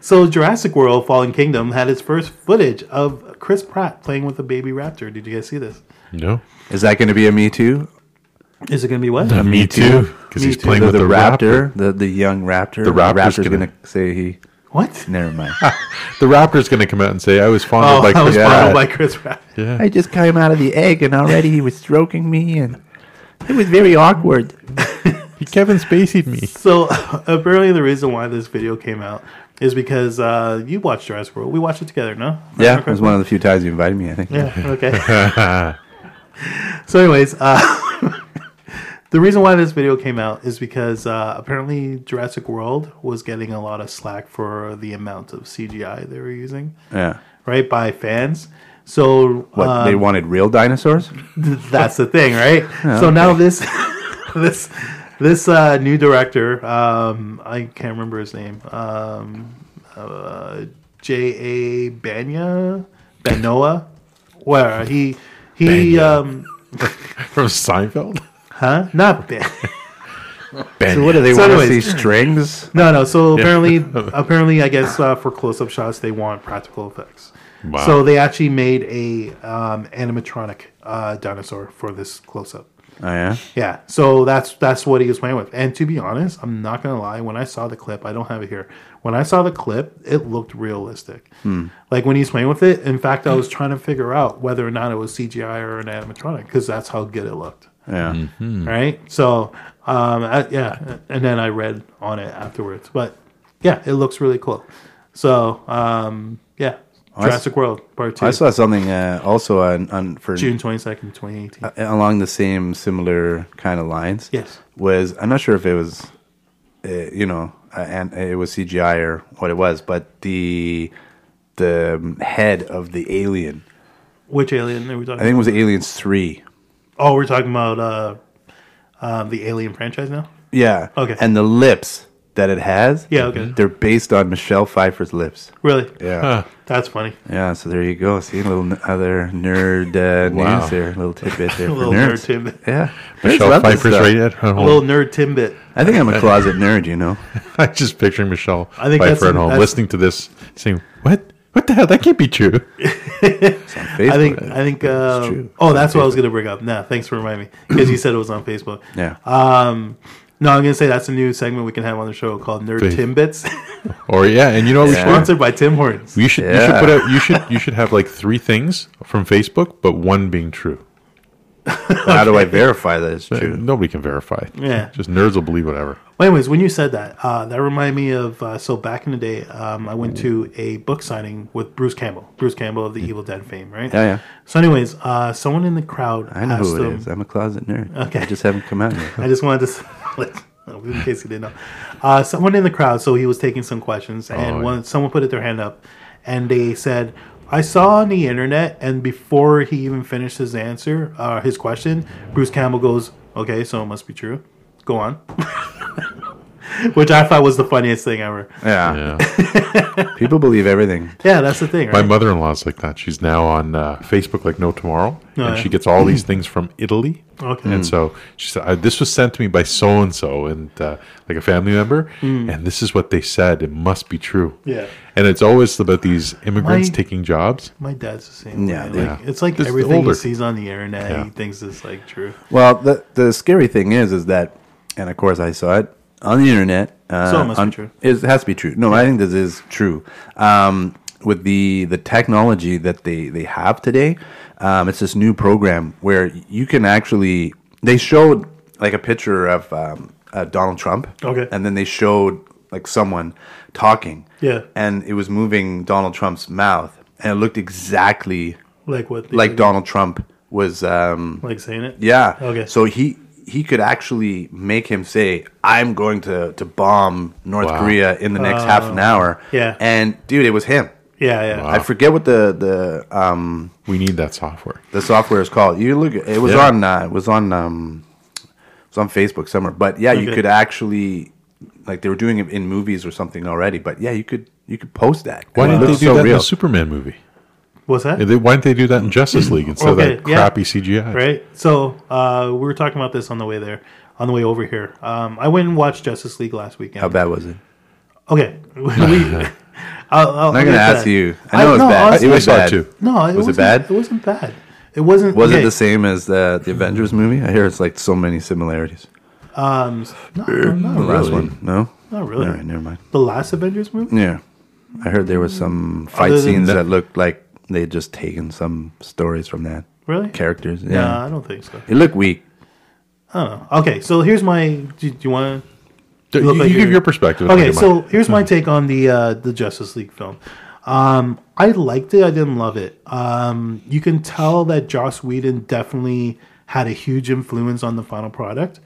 So Jurassic World: Fallen Kingdom had its first footage of Chris Pratt playing with a baby raptor. Did you guys see this? No. Is that going to be a Me Too? Is it going to be what? Me too. Because Uh, Me he's too. playing the, with the the, raptor. raptor, the the young raptor. The raptor's raptor's gonna- going to say he. What? Never <laughs> mind. The raptor's going to come out and say, "I was Oh, <laughs> fondled I by was Chris." yeah. followed by Chris Pratt. Yeah. I just came out of the egg, and already he was stroking me, and it was very awkward. He Kevin <laughs> Spacey'd me. So apparently, the reason why this video came out is because uh, you watched Jurassic World. We watched it together, no? Yeah, it was one of the few times you invited me. I think. Yeah. Okay. <laughs> so, anyways, uh, <laughs> the reason why this video came out is because uh, apparently Jurassic World was getting a lot of slack for the amount of CGI they were using, Yeah. right, by fans. So What uh, they wanted real dinosaurs? that's the thing, <laughs> right? so now this, <laughs> this, this uh, new director, um, I can't remember his name, um, uh, J. A. Banya, Banoa, where he he Banya. um, From Seinfeld? huh? Not Ban. Ben. What do they So want to see anyways- strings? <laughs> No, no. So <laughs> apparently, apparently, I guess uh, for close-up shots, they want practical effects. Wow. So they actually made a um, animatronic uh, dinosaur for this close-up. Oh yeah. Yeah, so that's that's what he was playing with. And to be honest, I'm not gonna lie. When I saw the clip, I don't have it here. When I saw the clip, it looked realistic. Hmm. Like when he's playing with it. In fact, I was trying to figure out whether or not it was CGI or an animatronic because that's how good it looked. Yeah. Hmm. Right. So, um, I, yeah. And then I read on it afterwards, but yeah, it looks really cool. So, um, yeah, I s- Jurassic World Part Two, I saw something uh, also on, on for June twenty second, twenty Uh, eighteen. along the same similar kind of lines. Yes. was I'm not sure if it was, uh, you know, uh, and it was CGI or what it was, but the the head of the alien, Which alien are we talking? I think it was Aliens Three. Oh, we're talking about uh, um, the Alien franchise now. Yeah. Okay. And the lips that it has. Yeah, okay. They're based on Michelle Pfeiffer's lips. Really? Yeah. That's funny. Yeah. So there you go. See a little n- other nerd uh, Wow. news there, a <laughs> little tidbit there. A for little nerds. nerd tidbit. Yeah. Nerds Michelle love this Pfeiffer's stuff. right at home. A little nerd tidbit. I think I'm a closet nerd. You know. <laughs> I'm just picturing Michelle I think that's- Pfeiffer at home that's- listening to this, saying, "What? What the hell? That can't <laughs> be true." Facebook. I think. I think. Uh, true. oh, that's what I was going to bring up. Nah, thanks for reminding me because you said it was on Facebook. <laughs> Yeah. Um, no, I'm going to say that's a new segment we can have on the show called Nerd Please. Timbits, <laughs> Or yeah, and you know what we should sponsored by Tim Hortons. you should you Yeah. should put out you should you should have like three things from Facebook, but one being true. How do I verify that it's Uh, true? Nobody can verify. Yeah. just nerds will believe whatever. Well, anyways, when you said that, uh, that reminded me of uh, so back in the day, um, I went to a book signing with Bruce Campbell, Bruce Campbell of the Evil Dead fame, right? Mm. Yeah, yeah. So, anyways, uh, someone in the crowd I know asked who it him- is. I'm a closet nerd. Okay. I just haven't come out yet. I just wanted to, s- <laughs> like, in case you didn't know, uh, someone in the crowd. So he was taking some questions, and Oh, one someone put their hand up, and they said, "I saw on the internet." And before he even finished his answer, uh, his question, Bruce Campbell goes, "Okay, so it must be true. Go on." <laughs> Which I thought was the funniest thing ever. Yeah. Yeah, <laughs> People believe everything. Yeah, that's the thing. my Right? mother-in-law's like that. She's now on uh, Facebook like no tomorrow, Oh, and yeah. she gets all <clears throat> these things from Italy. Okay. And so she said, "Uh, "This was sent to me by so and so, and uh, like a family member, and this is what they said. It must be true." Hmm. Yeah. and it's always about these immigrants My- taking jobs. My dad's the same. Yeah, way. they- Like, it's like Just everything older. he sees on the internet, Yeah. he thinks is like true. Well, the the scary thing is, is that, and of course I saw it on the internet. Uh, So it must be on- true. It has to be true. No, I think this is true. Um, with the the technology that they they have today, um, it's this new program where you can actually they showed like a picture of um, uh, Donald Trump. Okay. and then they showed like someone talking. Yeah. and it was moving Donald Trump's mouth, and it looked exactly Like what? They like Donald Trump was um, like saying it. yeah. Okay. So he he could actually make him say, "I'm going to to bomb North Wow. Korea in the next half an hour." Oh. Yeah. And dude, it was him. Yeah, yeah. Wow. I forget what the the um, We need that software. the software is called. You look. It was Yeah. on. Uh, it was on. Um, it was on Facebook somewhere. But yeah, you Okay. could actually like they were doing it in movies or something already. But yeah, you could you could post that. Why It didn't they looks do that in the Superman movie? What's that? They- they- Why didn't they do that in Justice League instead Hmm. Okay, of that yeah. crappy CGI? right? So uh, we were talking about this on the way there, on the way over here. Um, I went and watched Justice League last weekend. How bad was it? Okay, <laughs> <laughs> we, I'll, I'll, I'm not gonna ask you. I I- know it's no, bad. honestly- it was I saw it bad. too. No, it Was it wasn't- bad? It wasn't bad. It wasn't. Was okay. it the same as the the Avengers movie? I hear it's like so many similarities. Um, no, not The really. last one, no. Not really. All right, never mind. The last Avengers movie. Yeah, I heard there was some fight Other than scenes that- that, looked like they had just taken some stories from that Really? characters. Yeah, Yeah, I don't think so. it looked weak. I don't know. Okay, so here's my. Do, do you want to? You, look you like give you're- your perspective. Okay, Never so mind. here's my take on the uh, the Justice League film. Um, I liked it. I didn't love it. Um, you can tell that Joss Whedon definitely had a huge influence on the final product.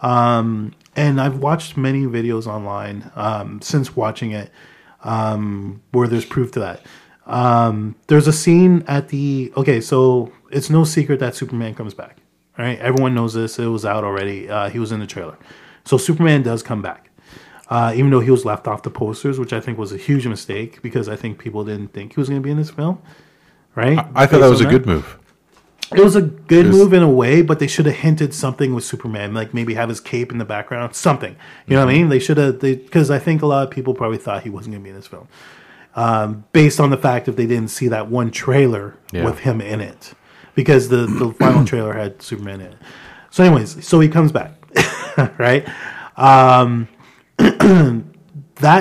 Um, and I've watched many videos online um, since watching it um, where there's proof to that. Um, there's a scene at the okay, so it's no secret that Superman comes back. All right, everyone knows this. It was out already. Uh, he was in the trailer, so Superman does come back, uh, even though he was left off the posters, which I think was a huge mistake because I think people didn't think he was going to be in this film. Right? I Based thought that was a on good move. it was a good It was- move in a way, but they should have hinted something with Superman, like maybe have his cape in the background, something. You know what Mm-hmm. I mean? They should have, because I think a lot of people probably thought he wasn't going to be in this film, um, based on the fact that they didn't see that one trailer Yeah. with him in it, because the the <clears throat> final trailer had Superman in it. So, anyways, so he comes back, <laughs> right? that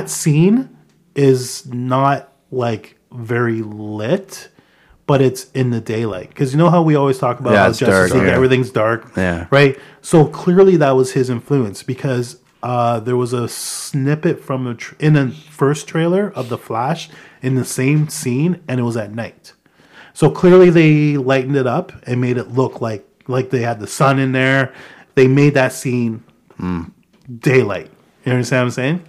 scene is not like very lit, but it's in the daylight. Because you know how we always talk about Yeah, how it's Justice dark, League, yeah. everything's dark, Yeah. right? So clearly that was his influence because uh, there was a snippet from the tr- in the first trailer of the Flash in the same scene, and it was at night. So clearly they lightened it up and made it look like like they had the sun in there. They made that scene Hmm. daylight. You understand what I'm saying?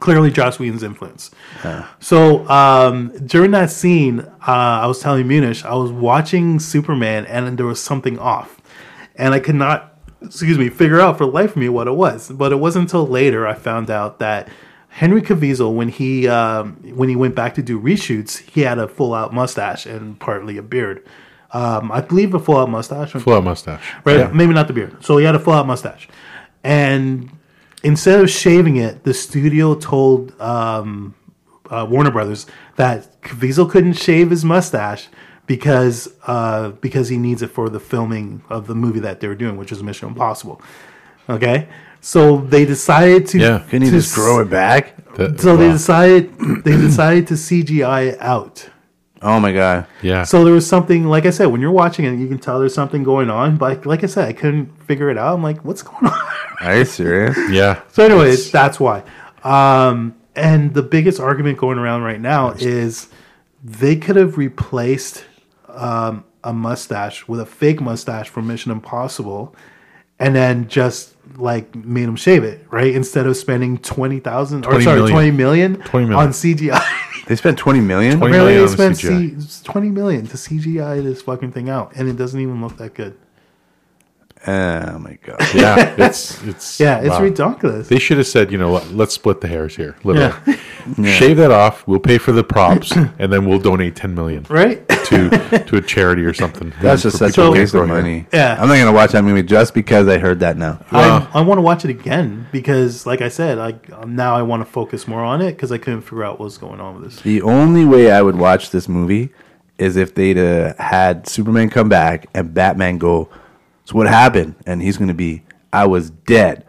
Clearly, Joss Whedon's influence. So um, during that scene, uh, I was telling Munish, I was watching Superman, and there was something off, and I could not, excuse me, figure out for the life of me what it was. But it wasn't until later I found out that Henry Caviezel, when he um, when he went back to do reshoots, he had a full out mustache and partly a beard. Um, I believe a full out mustache. or- Flow mustache. right? Yeah. Maybe not the beard. So he had a full out mustache, and instead of shaving it, the studio told um, uh, Warner Brothers that Caviezel couldn't shave his mustache because uh, because he needs it for the filming of the movie that they were doing, which is Mission Impossible. Okay, so they decided to Yeah. Can he to just grow it back? That- So they wow. decided they decided to CGI it out. Oh my god! yeah. So there was something, like I said, when you're watching it, you can tell there's something going on. But like I said, I couldn't figure it out. I'm like, what's going on? <laughs> Are you serious? yeah. So, anyways, that's why. Um, and the biggest argument going around right now is they could have replaced um, a mustache with a fake mustache from Mission Impossible, and then just like made him shave it, right? Instead of spending twenty thousand or 20 sorry million. twenty million 20 million. on CGI. They spent twenty million. 20 Apparently, million they on spent CGI. C- 20 million to CGI this fucking thing out, and it doesn't even look that good. Oh my god! <laughs> yeah. <laughs> It's it's Yeah, it's wow. ridiculous. They should have said, you know, what, let's split the hairs here. Literally. Yeah. <laughs> Shave that off. We'll pay for <coughs> the props, and then we'll donate ten million Right? <laughs> to to a charity or something. That's just For such people a who waste of grow hair. money. Yeah. I'm not gonna watch that movie just because I heard that now. Wow. I, I want to watch it again because, like I said, I now I want to focus more on it because I couldn't figure out what was going on with this. The only way I would watch this movie is if they'd uh, had Superman come back and Batman go, So what happened? And he's going to be, I was dead.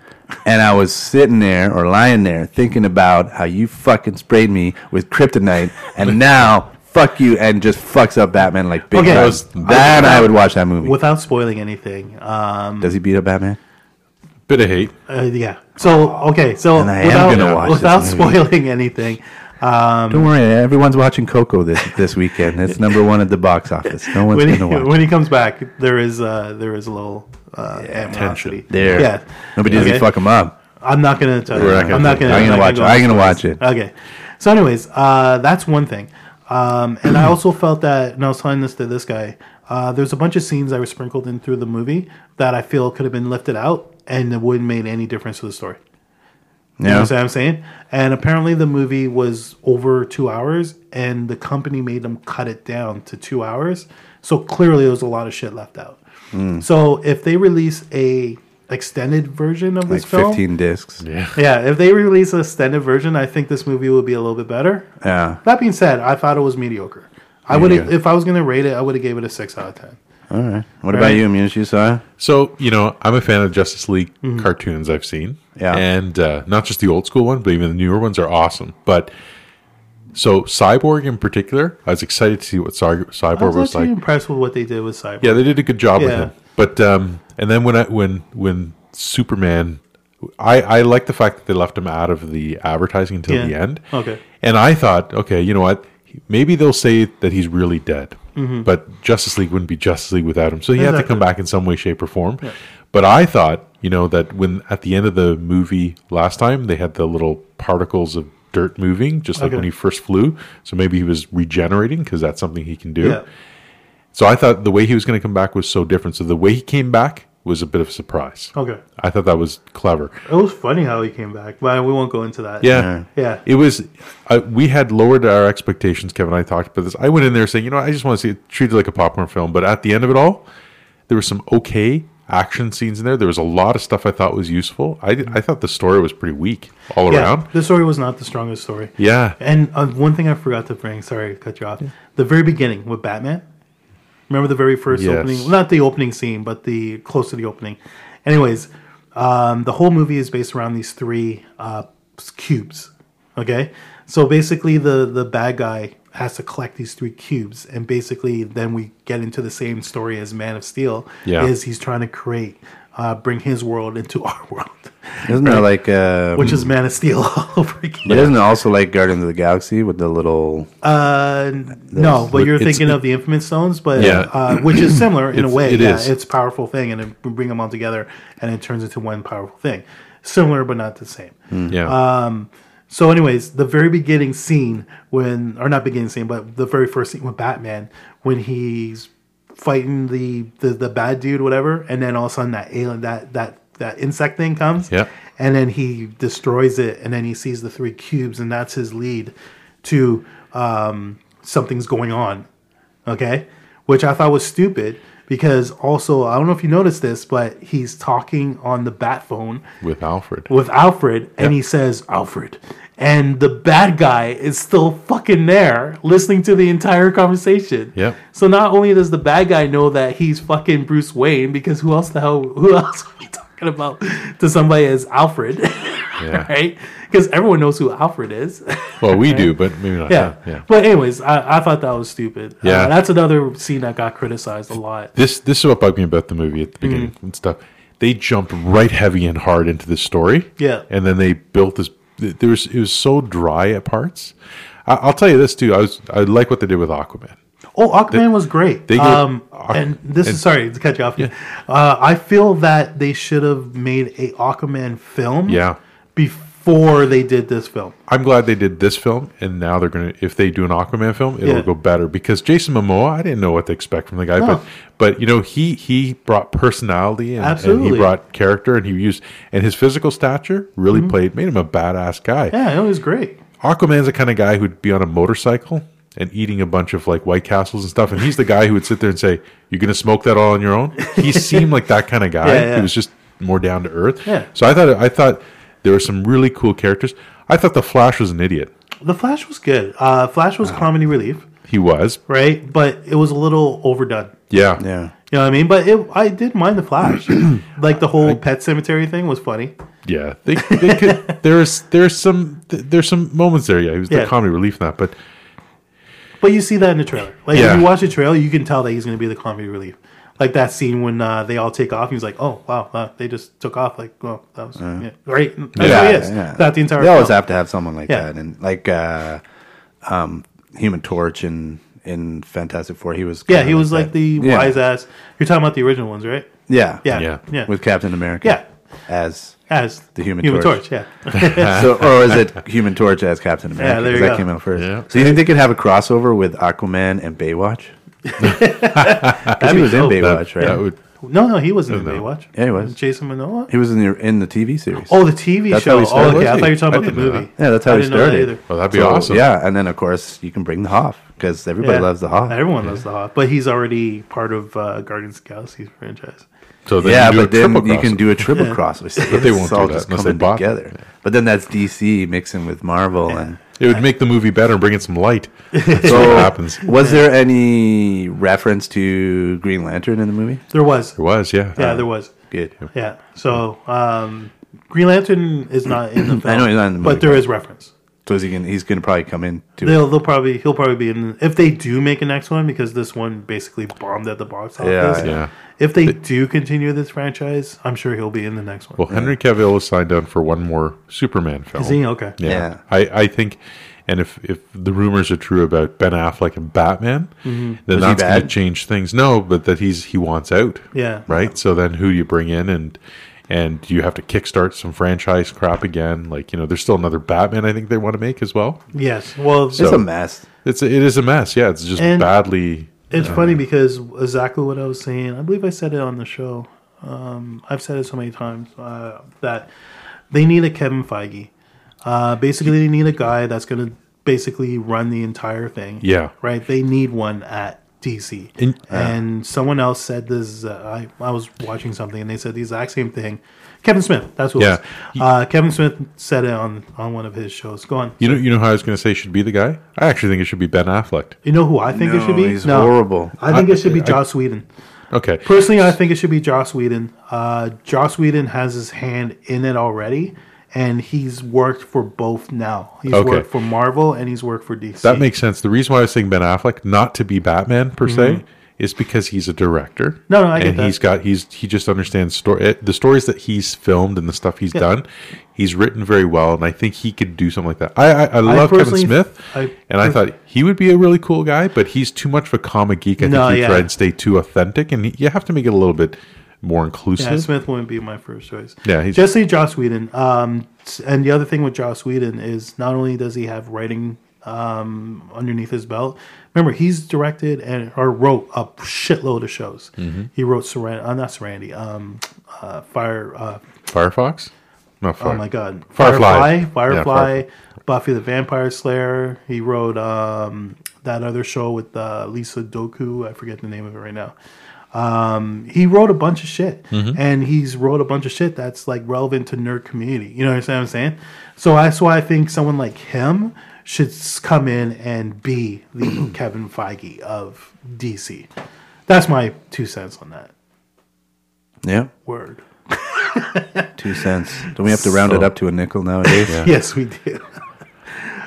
And I was sitting there or lying there thinking about how you fucking sprayed me with kryptonite <laughs> and now fuck you and just fucks up Batman like big Okay. time. Those- Then I would watch that movie. Without spoiling anything, um, Does he beat up Batman? Bit of hate. uh, yeah. So okay, so And I am gonna without watch this without movie. spoiling <laughs> anything, Um, Don't worry, everyone's watching Coco this, this weekend. It's number one at the box office. No <laughs> one's when going he, to watch. when he comes back, there is uh, there is a little uh, animosity. There. yeah. Nobody does Okay. he fuck him up. I'm not gonna tell you. not gonna I'm not gonna. tell you. I'm gonna not watch it. I'm gonna watch it. Okay. So, anyways, uh, that's one thing. Um, and I also felt that, and I was telling this to this guy, uh, there's a bunch of scenes that were sprinkled in through the movie that I feel could have been lifted out and it wouldn't made any difference to the story. You Yeah. know what I'm saying? And apparently the movie was over two hours and the company made them cut it down to two hours. So clearly there was a lot of shit left out. Hmm. So if they release a extended version of this Like film, 15 discs. Yeah. yeah, if they release an extended version, I think this movie will be a little bit better. Yeah. That being said, I thought it was mediocre. I would have, Mediocre. if I was going to rate it, I would have gave it a six out of ten. All right. What about Right. you, Muse? You saw it? So you know, I'm a fan of Justice League Mm-hmm. cartoons I've seen, Yeah. and uh, not just the old school one, but even the newer ones are awesome. But so Cyborg in particular, I was excited to see what Cy- I Cyborg was was actually like. impressed with what they did with Cyborg. Yeah, they did a good job with Yeah. him. But um, and then when I when when Superman, I I like the fact that they left him out of the advertising until Yeah. the end. Okay. and I thought, okay, you know what? Maybe they'll say that he's really dead, but Justice League wouldn't be Justice League without him. So he had to Mm-hmm. Exactly. come back in some way, shape, or form. But I thought, you know, that when at the end of the movie last time, they had the little particles of dirt moving, just like Okay. when he first flew. So maybe he was regenerating because that's something he can do. Yeah. So I thought the way he was going to come back was so different. So the way he came back was a bit of a surprise. Okay. I thought that was clever. It was funny how he came back, but we won't go into that. Yeah. Yeah. It was, uh, we had lowered our expectations. Kevin and I talked about this. I went in there saying, you know, I just want to see it treated like a popcorn film. But at the end of it all, there were some okay action scenes in there. There was a lot of stuff I thought was useful. I, I thought the story was pretty weak all around. Yeah, the story was not the strongest story. Yeah. And uh, one thing I forgot to bring, sorry to cut you off. The very beginning with Batman. Remember the very first Yes. opening? Not the opening scene, but the close to the opening. Anyways, um, the whole movie is based around these three uh, cubes. Okay? So basically, the, the bad guy has to collect these three cubes. And basically, then we get into the same story as Man of Steel Yeah. is he's trying to create, uh, bring his world into <laughs> our world, Isn't that like uh, Hmm. which is Man of Steel <laughs> all over again. But isn't it also like Guardians of the Galaxy with the little? Uh, n- no, but But you're it's- thinking of the Infinite Stones, but Yeah. uh, which is similar in a It's- way. it yeah, is. it's a powerful thing, and it, we bring them all together, and it turns into one powerful thing. Similar, but not the same. Yeah. Uh, Um, So, anyways, the very beginning scene when, or not beginning scene, but the very first scene with Batman when he's fighting the the, the bad dude, whatever, and then all of a sudden that alien, that that that insect thing comes, Yeah. and then he destroys it, and then he sees the three cubes, and that's his lead to um, something's going on, okay, which I thought was stupid. Because also, I don't know if you noticed this, but he's talking on the bat phone, with Alfred. with Alfred and he says Alfred and the bad guy is still fucking there listening to the entire conversation. Yep. So not only does the bad guy know that he's fucking Bruce Wayne because who else the hell <laughs> who else are we talking about to somebody as Alfred? <laughs> Yeah. right? Because everyone knows who Alfred is. <laughs> Well, we do, but maybe not. yeah. Yeah. yeah. But anyways, I, I thought that was stupid. Uh, Yeah. that's another scene that got criticized a lot. This this is what bugged me about the movie at the Hmm. beginning and stuff. They jumped right heavy and hard into this story. Yeah. and then they built this. There was it was so dry at parts. I, I'll tell you this too. I was I like what they did with Aquaman. Oh, Aquaman was great. they get- um, Aqu- and this and- is sorry to cut you off. Uh, I feel that they should have made a Aquaman film. Yeah. Before they did this film, I'm glad they did this film, and now they're gonna if they do an Aquaman film, it'll Yeah. go better because Jason Momoa. I didn't know what to expect from the guy, No. but but you know he he brought personality and, and he Absolutely. brought character, and he used and his physical stature really played made him a badass guy. Hmm. yeah, it was great. Aquaman's the kind of guy who'd be on a motorcycle and eating a bunch of like White Castles and stuff. And he's the guy who would sit there and say, You're going to smoke that all on your own? <laughs> He seemed like that kind of guy. Yeah, yeah. He was just more down to earth. Yeah. So I thought, I thought there were some really cool characters. I thought The Flash was an idiot. The Flash was good. Uh, Flash was comedy relief, He was. right? But it was a little overdone. Yeah. Yeah, You know what I mean? But it, I did mind the <clears throat> Flash. like the whole pet cemetery thing was funny. Yeah. They, they could, there's, there's some, there's some moments there. Yeah. He was Yeah. the comedy relief in that. But But you see that in the trailer. Like Yeah. if you watch the trailer, you can tell that he's going to be the comedy relief. Like that scene when uh, they all take off, he's like, "Oh wow, uh, they just took off!" Like, well, that was Uh-huh. yeah. right. That's yeah, Yeah, how he is. That the entire. They always film. have to have someone like Yeah. that, and like uh, um, Human Torch in in Fantastic Four, he was. Yeah, kinda he was like that. the Yeah. wise ass. You're talking about the original ones, right? Yeah, Yeah, Yeah. yeah, with Captain America. yeah. as as The Human Torch. Torch. Yeah, <laughs> <laughs> so, or is it Human Torch as Captain America? there 'Cause you that go. came out first. Yeah. So you think they could have a crossover with Aquaman and Baywatch? <laughs> <laughs> 'Cause he was in Baywatch, right? That would, no, no, he wasn't in No. Baywatch. Yeah, he was. Jason Momoa. He was in the in the TV series. Oh, the TV That's show. how he started, oh, okay. I thought wasn't you he? were talking I about the didn't know movie. yeah, that's how I he didn't know that started. either. well, oh, that'd be So, awesome. Yeah, and then of course you can bring the Hoff because everybody Yeah. loves the Hoff. Everyone loves the Hoff, but he's already part of uh, Guardians of the Galaxy franchise. So then Yeah, you do but a then triple you can crossover. do a triple crossover. See, But they it's won't do all that just unless they coming bought it. together. But then that's DC mixing with Marvel, and It would make the movie better and bring in <laughs> some light. That's so what happens. It Was there any reference to Green Lantern in the movie? There was, was, yeah. Uh, yeah, there was, Good. yeah. So um, Green Lantern is not in the film. <clears throat> I know he's not in the movie, but there is reference. So is he gonna, he's going to probably come in to They'll, they'll probably he'll probably be in if they do make a next one because this one basically bombed at the box office. Yeah, yeah. If they do continue this franchise, I'm sure he'll be in the next one. Well, Henry Cavill was signed on for one more Superman film. Is he okay? Yeah. Yeah. I, I think, and if, if the rumors are true about Ben Affleck and Batman, then Was he that's going to bad? change things. No, but that he's he wants out. Yeah. Right. So then who do you bring in and and you have to kickstart some franchise crap again. Like you know, there's still another Batman. I think they want to make as well. Yes. Well, It's So- a mess. It's it is a mess. Yeah, it's just And- badly. It's funny because exactly what I was saying. I believe I said it on the show. Um, I've said it so many times uh, that they need a Kevin Feige. Uh, basically, they need a guy that's going to basically run the entire thing. Yeah. Right. They need one at DC. In- and someone else said this. Uh, I I was watching something and they said the exact same thing. Kevin Smith. That's what. Yeah. It was. Uh, Kevin Smith said it on on one of his shows. Go on. You know, you know how I was going to say should be the guy. I actually think it should be Ben Affleck. You know who I think it No, should be? he's horrible. I think I- it should be I- Joss Whedon. Okay, Personally, I think it should be Joss Whedon. Uh, Joss Whedon has his hand in it already, and he's worked for both now. He's Okay. worked for Marvel and he's worked for DC. that makes sense. The reason why I was saying Ben Affleck not to be Batman per se is because he's a director. Mm-hmm. No, no, I get and that. he's got he's he just understands story it- the stories that he's filmed and the stuff he's done. He's written very well, and I think he could do something like that. I I, I love Kevin personally- Smith, I- and I thought he would be a really cool guy, but he's too much of a comic geek. I No, think he yeah. tried to stay too authentic, and he, you have to make it a little bit more inclusive. yeah, Smith wouldn't be my first choice. Yeah, he's- just say Joss Whedon. Um, s- and the other thing with Joss Whedon is not only does he have writing um, underneath his belt, remember he's directed and or wrote a shitload of shows. Mm-hmm. He wrote Saran, uh, not Sarandi, um, uh, Fire. Uh, Firefox, not Fire. Oh my god. Firefly. Firefly. Yeah, Firefly. Firefly. Buffy the Vampire Slayer. He wrote um, that other show with uh, Lisa Doku. I forget the name of it right now. Um, he wrote a bunch of shit. Mm-hmm. And he's wrote a bunch of shit that's like relevant to nerd community. You know what I'm saying? So that's why I think someone like him should s- come in and be <clears throat> the Kevin Feige of DC. That's my two cents on that Yeah, word. two cents. Don't we have to round So- it up to a nickel nowadays? yeah. <laughs> Yes, we do.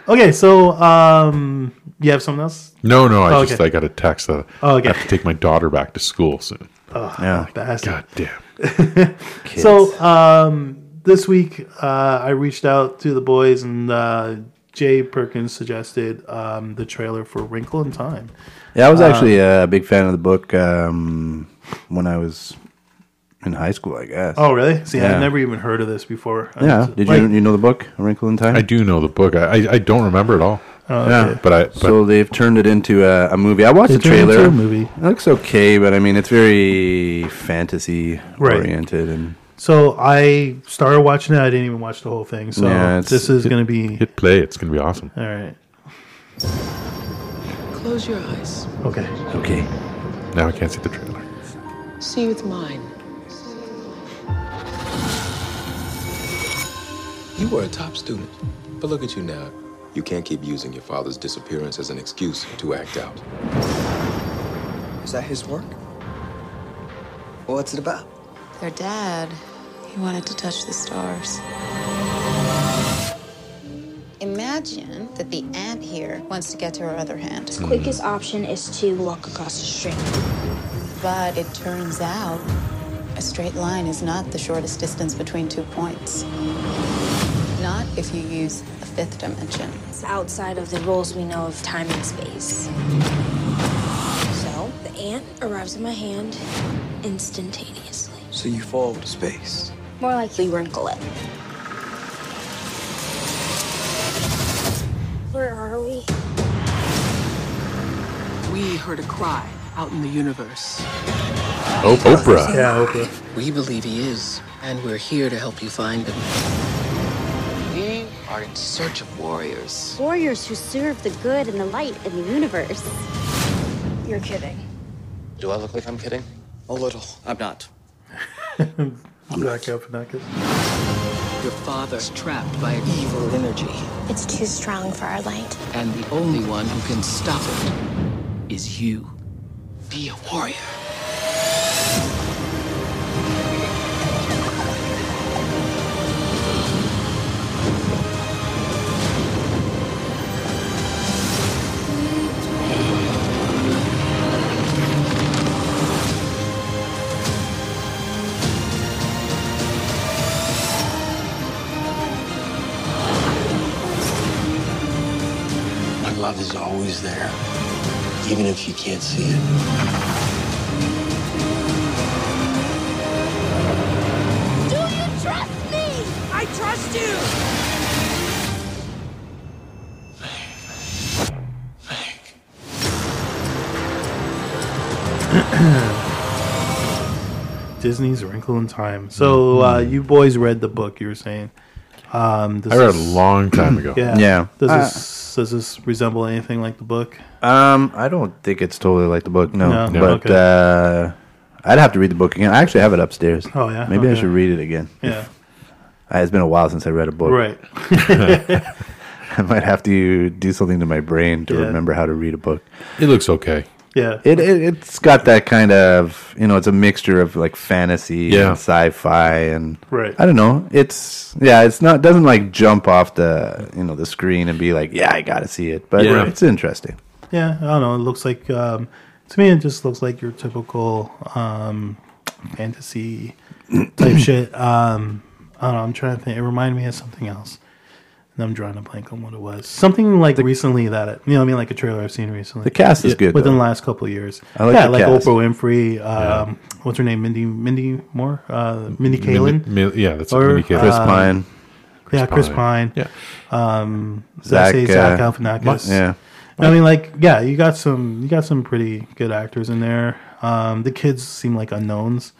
okay, so um, you have something else? No, no, I Oh, just okay. I got a text that Oh, okay. I have to take my daughter back to school soon. Bastard. God damn. Kids. So um, this week, uh, I reached out to the boys, and uh, Jay Perkins suggested um, the trailer for Wrinkle in Time. yeah, I was actually Uh, a big fan of the book um, when I was in high school, I guess. Oh, really? See, Yeah. I've never even heard of this before. yeah. It's Did like- you you know the book, A Wrinkle in Time? I do know the book. I, I, I don't remember it all. Oh, yeah. But I but So they've turned it into a, a movie. I watched They the turned it into trailer. a movie. It looks okay, but I mean, it's very fantasy Right. oriented, and So I started watching it. I didn't even watch the whole thing. So Yeah, it's- this is going to be hit play, it's gonna be awesome. all right. Close your eyes. Okay. okay. Now I can't see the trailer. See with mine. You were a top student, but look at you now. You can't keep using your father's disappearance as an excuse to act out. Is that his work? Well, what's it about? Their dad, he wanted to touch the stars. Imagine that the ant here wants to get to her other hand, quickest option is to walk across the street. but it turns out a straight line is not the shortest distance between two points. Not if you use a fifth dimension. It's outside of the rules we know of time and space. So the ant arrives in my hand instantaneously. So you fall to space. More likely wrinkle it. Where are we? We heard a cry out in the universe. Oh, Oprah. Yeah, Oprah. We believe he is, and we're here to help you find him. We are in search of warriors. Warriors who serve the good and the light in the universe. You're kidding. Do I look like I'm kidding? A little. I'm not. Black Galifianakis. Your father's trapped by evil energy, It's too strong for our light. and the only one who can stop it is you. Be a warrior. My love is always there, even if you can't see it. Do you trust me? I trust you! Disney's Wrinkle in Time. Mm-hmm. So uh, you boys read the book. You were saying. Um, does I read a this- <clears throat> long time ago. Yeah. Yeah. Does Uh, this does this resemble anything like the book? Um, I don't think it's totally like the book. No, No, but okay. uh, I'd have to read the book again. I actually have it upstairs. Oh, yeah? Maybe I Okay. should read it again. Yeah. Uh, It's been a while since I read a book. Right. <laughs> I might have to do something to my brain to Yeah. remember how to read a book. It looks okay. Yeah. It, it it's got that kind of you know it's a mixture of like fantasy Yeah. and sci-fi and Right. I don't know. It's yeah. It's not doesn't like jump off the you know the screen and be like yeah I gotta see it. But Yeah. it's interesting. yeah. I don't know. It looks like um, to me. It just looks like your typical um, <clears throat> fantasy type shit. Um, I don't know. I'm trying to think. It reminded me of something else. And I'm drawing a blank on what it was. Something like recently that it, you know, what I mean, like a trailer I've seen recently. The cast is good. within though. the last couple of years. I like yeah, the like cast. Oprah Winfrey. Um, What's her name? Mindy Mindy Moore. Uh, Mindy Kaling. Min- yeah, that's Or, uh, what Mindy Kaling. Chris Pine. yeah, Chris Pine. Um, Yeah. Zach, Zach, Zach uh, Galifianakis. Yeah. I mean, like, yeah, you got some, you got some pretty good actors in there. Um, the kids seem like unknowns.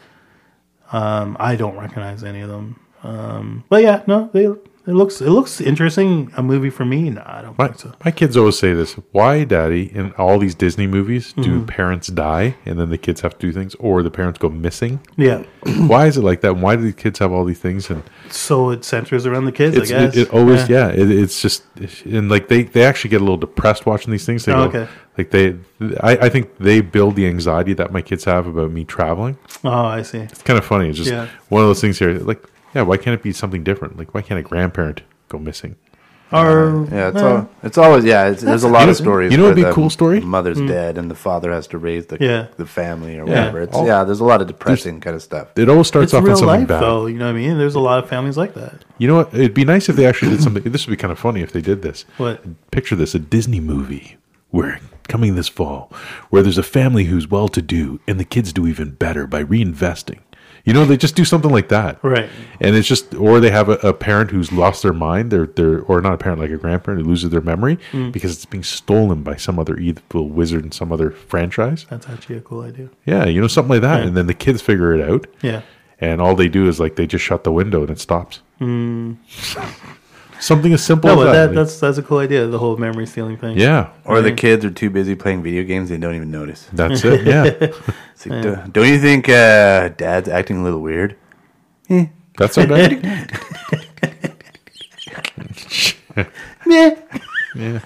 Um, I don't recognize any of them. Um, but yeah, no, they, it looks, it looks interesting. A movie for me? No, I don't My, think so. my kids always say this why, daddy, in all these Disney movies, Mm-hmm. do parents die and then the kids have to do things or the parents go missing? <clears throat> Yeah. why is it like that? Why do the kids have all these things? And So it centers around the kids, it's I guess. it, it always yeah, it, it's just and like they they actually get a little depressed watching these things. They Oh, go, okay. like they I, I think they build the anxiety that my kids have about me traveling. Oh, I see. It's kind of funny. It's just Yeah. one of those things here. Like yeah, why can't it be something different? Like why can't a grandparent go missing? uh, Or Yeah, it's, eh, all, it's always yeah. It's, there's a lot of stories. you know what'd where be the a cool story? Mother's dead, and the father has to raise the Hmm. Yeah. the family or whatever. It's All- yeah. There's a lot of depressing kind of stuff. It always starts it's off on real something life, bad. though. You know what I mean? There's a lot of families like that. You know what? It'd be nice if they actually did something. This would be kind of funny if they did this. What? Picture this: a Disney movie where coming this fall, where there's a family who's well-to-do and the kids do even better by reinvesting. You know, they just do something like that, Right. And it's just, or they have a, a parent who's lost their mind, their their, or not a parent like a grandparent who loses their memory Mm. because it's being stolen by some other evil wizard in some other franchise. That's actually a cool idea. Yeah, you know, something like that. Right. And then the kids figure it out, Yeah. and all they do is like they just shut the window and it stops. Hmm. Something as simple No, as but that. that, that's that's a cool idea. The whole memory stealing thing. yeah, Or the kids are too busy playing video games; they don't even notice. that's <laughs> it. Yeah, It's like, "Duh, Don't you think uh, Dad's acting a little weird? that's not bad. <laughs> Yeah. <laughs>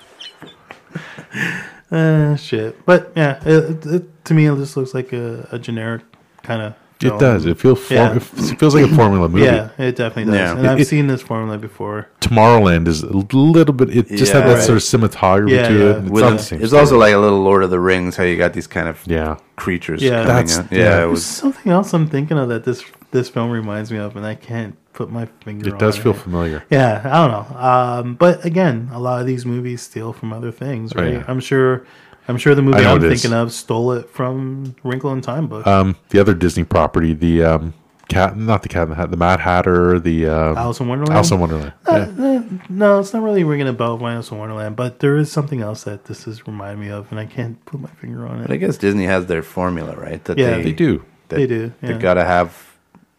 Uh, shit. But yeah, it, it, to me, it just looks like a, a generic kind of. It does. It feels form- Yeah. it f- feels like a formula movie. Yeah, it definitely does. Yeah. And I've It- seen this formula before. Tomorrowland is a little bit. It just had Yeah. that sort of cinematography Yeah, to yeah. it. and It's With not a- the same it's story. also like a little Lord of the Rings. How you got these kind of yeah. creatures? Yeah. coming That's- out. yeah. yeah. It There's was something else I'm thinking of that this this film reminds me of, and I can't put my finger. It does on feel familiar. Yeah, I don't know. Um, but again, a lot of these movies steal from other things, right? yeah. I'm sure. I'm sure the movie know I'm it is. thinking of stole it from Wrinkle in Time book. Um, the other Disney property, the um, cat, not the cat in the hat, the Mad Hatter, the uh, Alice in Wonderland. Alice in Wonderland. Uh, no, it's not really ringing a bell with Alice in Wonderland, but there is something else that this is reminding me of, and I can't put my finger on it. But I guess Disney has their formula, right? That Yeah, they do. That They do, yeah. They've got to have,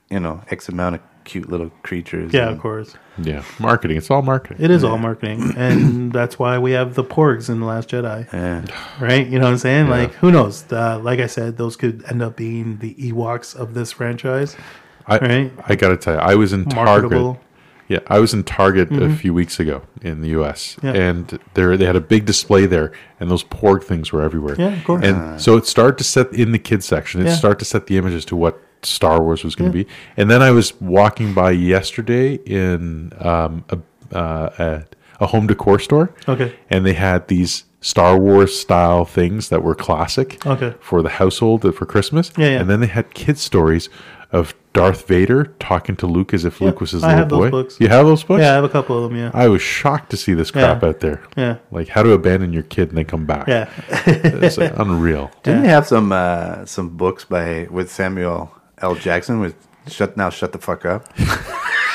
you know, X amount of cute little creatures. Yeah, and- of course. Yeah, marketing. It's all marketing. It is all marketing, <coughs> and that's why we have the porgs in the Last Jedi, Yeah. right? You know what I'm saying? Like, who knows? Uh, like I said, those could end up being the Ewoks of this franchise. I, right? I gotta tell you, I was in Marketable. Target. Yeah, I was in Target a Mhm. few weeks ago in the U.S. Yeah. and there they had a big display there, and those Porg things were everywhere. Yeah, of course. And so it started to set in the kids section. It Yeah. started to set the images to what Star Wars was going to Yeah. be. And then I was walking by yesterday in um, a, uh, a a home decor store. Okay. and they had these. Star Wars style things that were classic Okay. for the household uh, for Christmas. Yeah, yeah. And then they had kids' stories of Darth Vader talking to Luke as if Luke was his I little have boy. those books. You have those books? Yeah, I have a couple of them. Yeah, I was shocked to see this crap Yeah. out there. Yeah. Like how to abandon your kid and then come back. Yeah. <laughs> it's uh, unreal. Didn't they have some uh, some books by with Samuel L. Jackson with shut now shut the fuck up?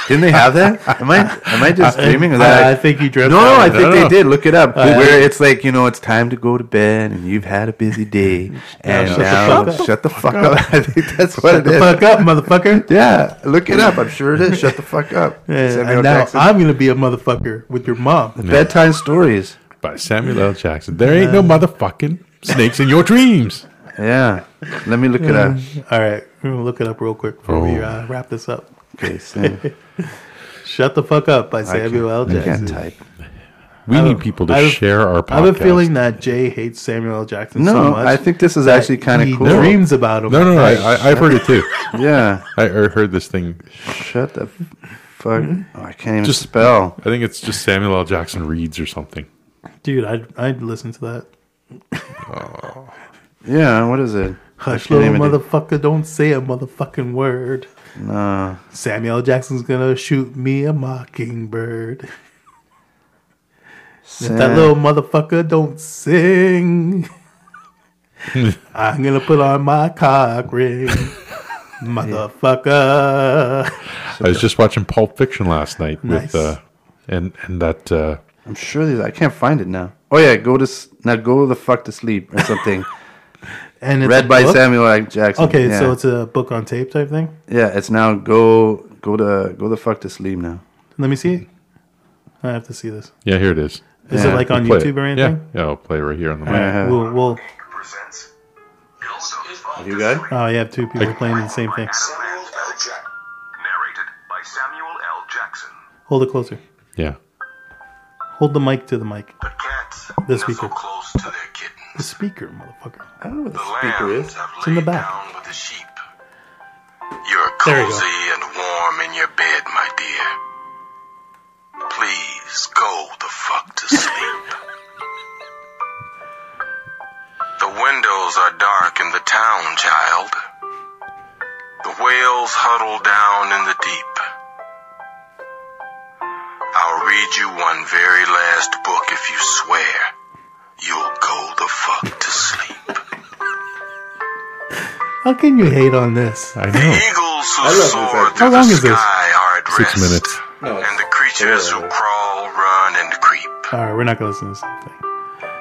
Didn't they have that? Am I am I just I- dreaming of I- that? I think you dreamt Oh, No, that. no, I think No, they no. did. Look it up. Uh, where it's like you know, it's time to go to bed, and you've had a busy <laughs> day, and shut the now fuck up. shut the fuck up. <laughs> I think that's what Shut it the is. fuck up, <laughs> motherfucker. Yeah, look it up. I'm sure it is. Shut the fuck up. <laughs> Yeah, Samuel and now Jackson. I'm gonna be a motherfucker with your mom. Bedtime stories. By Samuel L. Jackson. There ain't Uh, no motherfucking snakes in <laughs> your dreams. Yeah. Let me look it up. All right, we're gonna look it up real quick before we Oh. uh, wrap this up. Okay, <laughs> Sam. Shut the fuck up by I can't- Samuel L. I can't Jackson. type. We I have- need people to I have- share our podcast. I have a feeling that Jay hates Samuel L. Jackson No, so much. I think this is that actually kinda he cool. Dreams about him. No, no, no. I, I, <laughs> I've heard it too. Yeah. I I heard this thing. Shut the fuck. Mm-hmm. Oh, I can't even Just- spell. I think it's just Samuel L. Jackson reads or something. Dude, I'd, I'd listen to that. Yeah, what is it? I Hush, can't little even do- motherfucker, don't say a motherfucking word. No. Samuel L. Jackson's gonna shoot me a mockingbird. If that Sam- little motherfucker don't sing, I'm gonna put on my cock ring. Motherfucker. I was just watching Pulp Fiction last night Nice. with uh, and and that uh, I'm sure there's. I can't find it now. Oh yeah, go to s- now. Go the fuck to sleep or <laughs> something. And it's Read a by book? Samuel L. Jackson. Okay, yeah. so it's a book on tape type thing. yeah, it's now go go to go the fuck to sleep now. Let me see it. I have to see this. yeah, here it is. Is Yeah, Uh-huh. it like on Play it. YouTube or anything? Yeah, yeah, I'll play it right here on the mic. Yeah. We'll, we'll, You guys? oh, you have two people playing the same thing. Samuel L. Jack. Narrated by Samuel L. Jackson. Hold it closer. Yeah. Hold the mic to the mic. The cats The nestle speaker. close to their kittens. The speaker, motherfucker. I don't know what The the speaker lambs is. have It's in laid the back. down with the sheep. You're There you go. cozy and warm in your bed, my dear. Please go the fuck to sleep. the windows are dark in the town, child. The whales huddle down in the deep. I'll read you one very last book if you swear you'll go the fuck to sleep. How can you hate on this? I The know. eagles who I love this soar idea. through How long the is this? sky are at Six rest, minutes. and the creatures who crawl, run, and creep. All right, we're not gonna listen to this thing.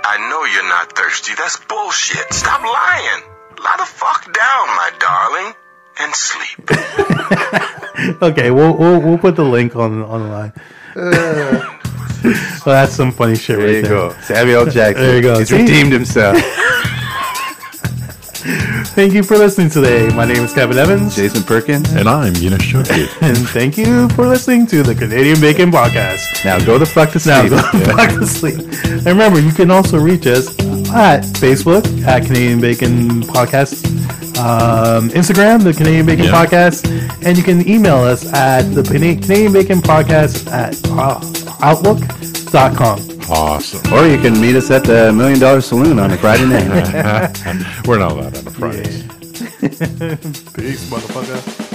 I know you're not thirsty. That's bullshit. Stop lying. Lie the fuck down, my darling, and sleep. Okay, we'll, we'll we'll put the link on online. well, <laughs> that's some funny shit Uh. There right you there. go, Samuel Jackson. There you go. He's See? redeemed himself. Thank you for listening today. My name is Kevin Evans, <laughs> Jason Perkins. And I'm Eunice Shoki. and thank you for listening to the Canadian Bacon Podcast. Now go the fuck to Now sleep. go <laughs> back to sleep. And remember, you can also reach us at Facebook at Canadian Bacon Podcast, um, Instagram the Canadian Bacon Yeah. Podcast, and you can email us at the Pana- Canadian Bacon Podcast at uh, outlook.com. awesome. Or you can meet us at the Million Dollar Saloon on a Friday night. We're not allowed on a Friday. Peace, motherfucker.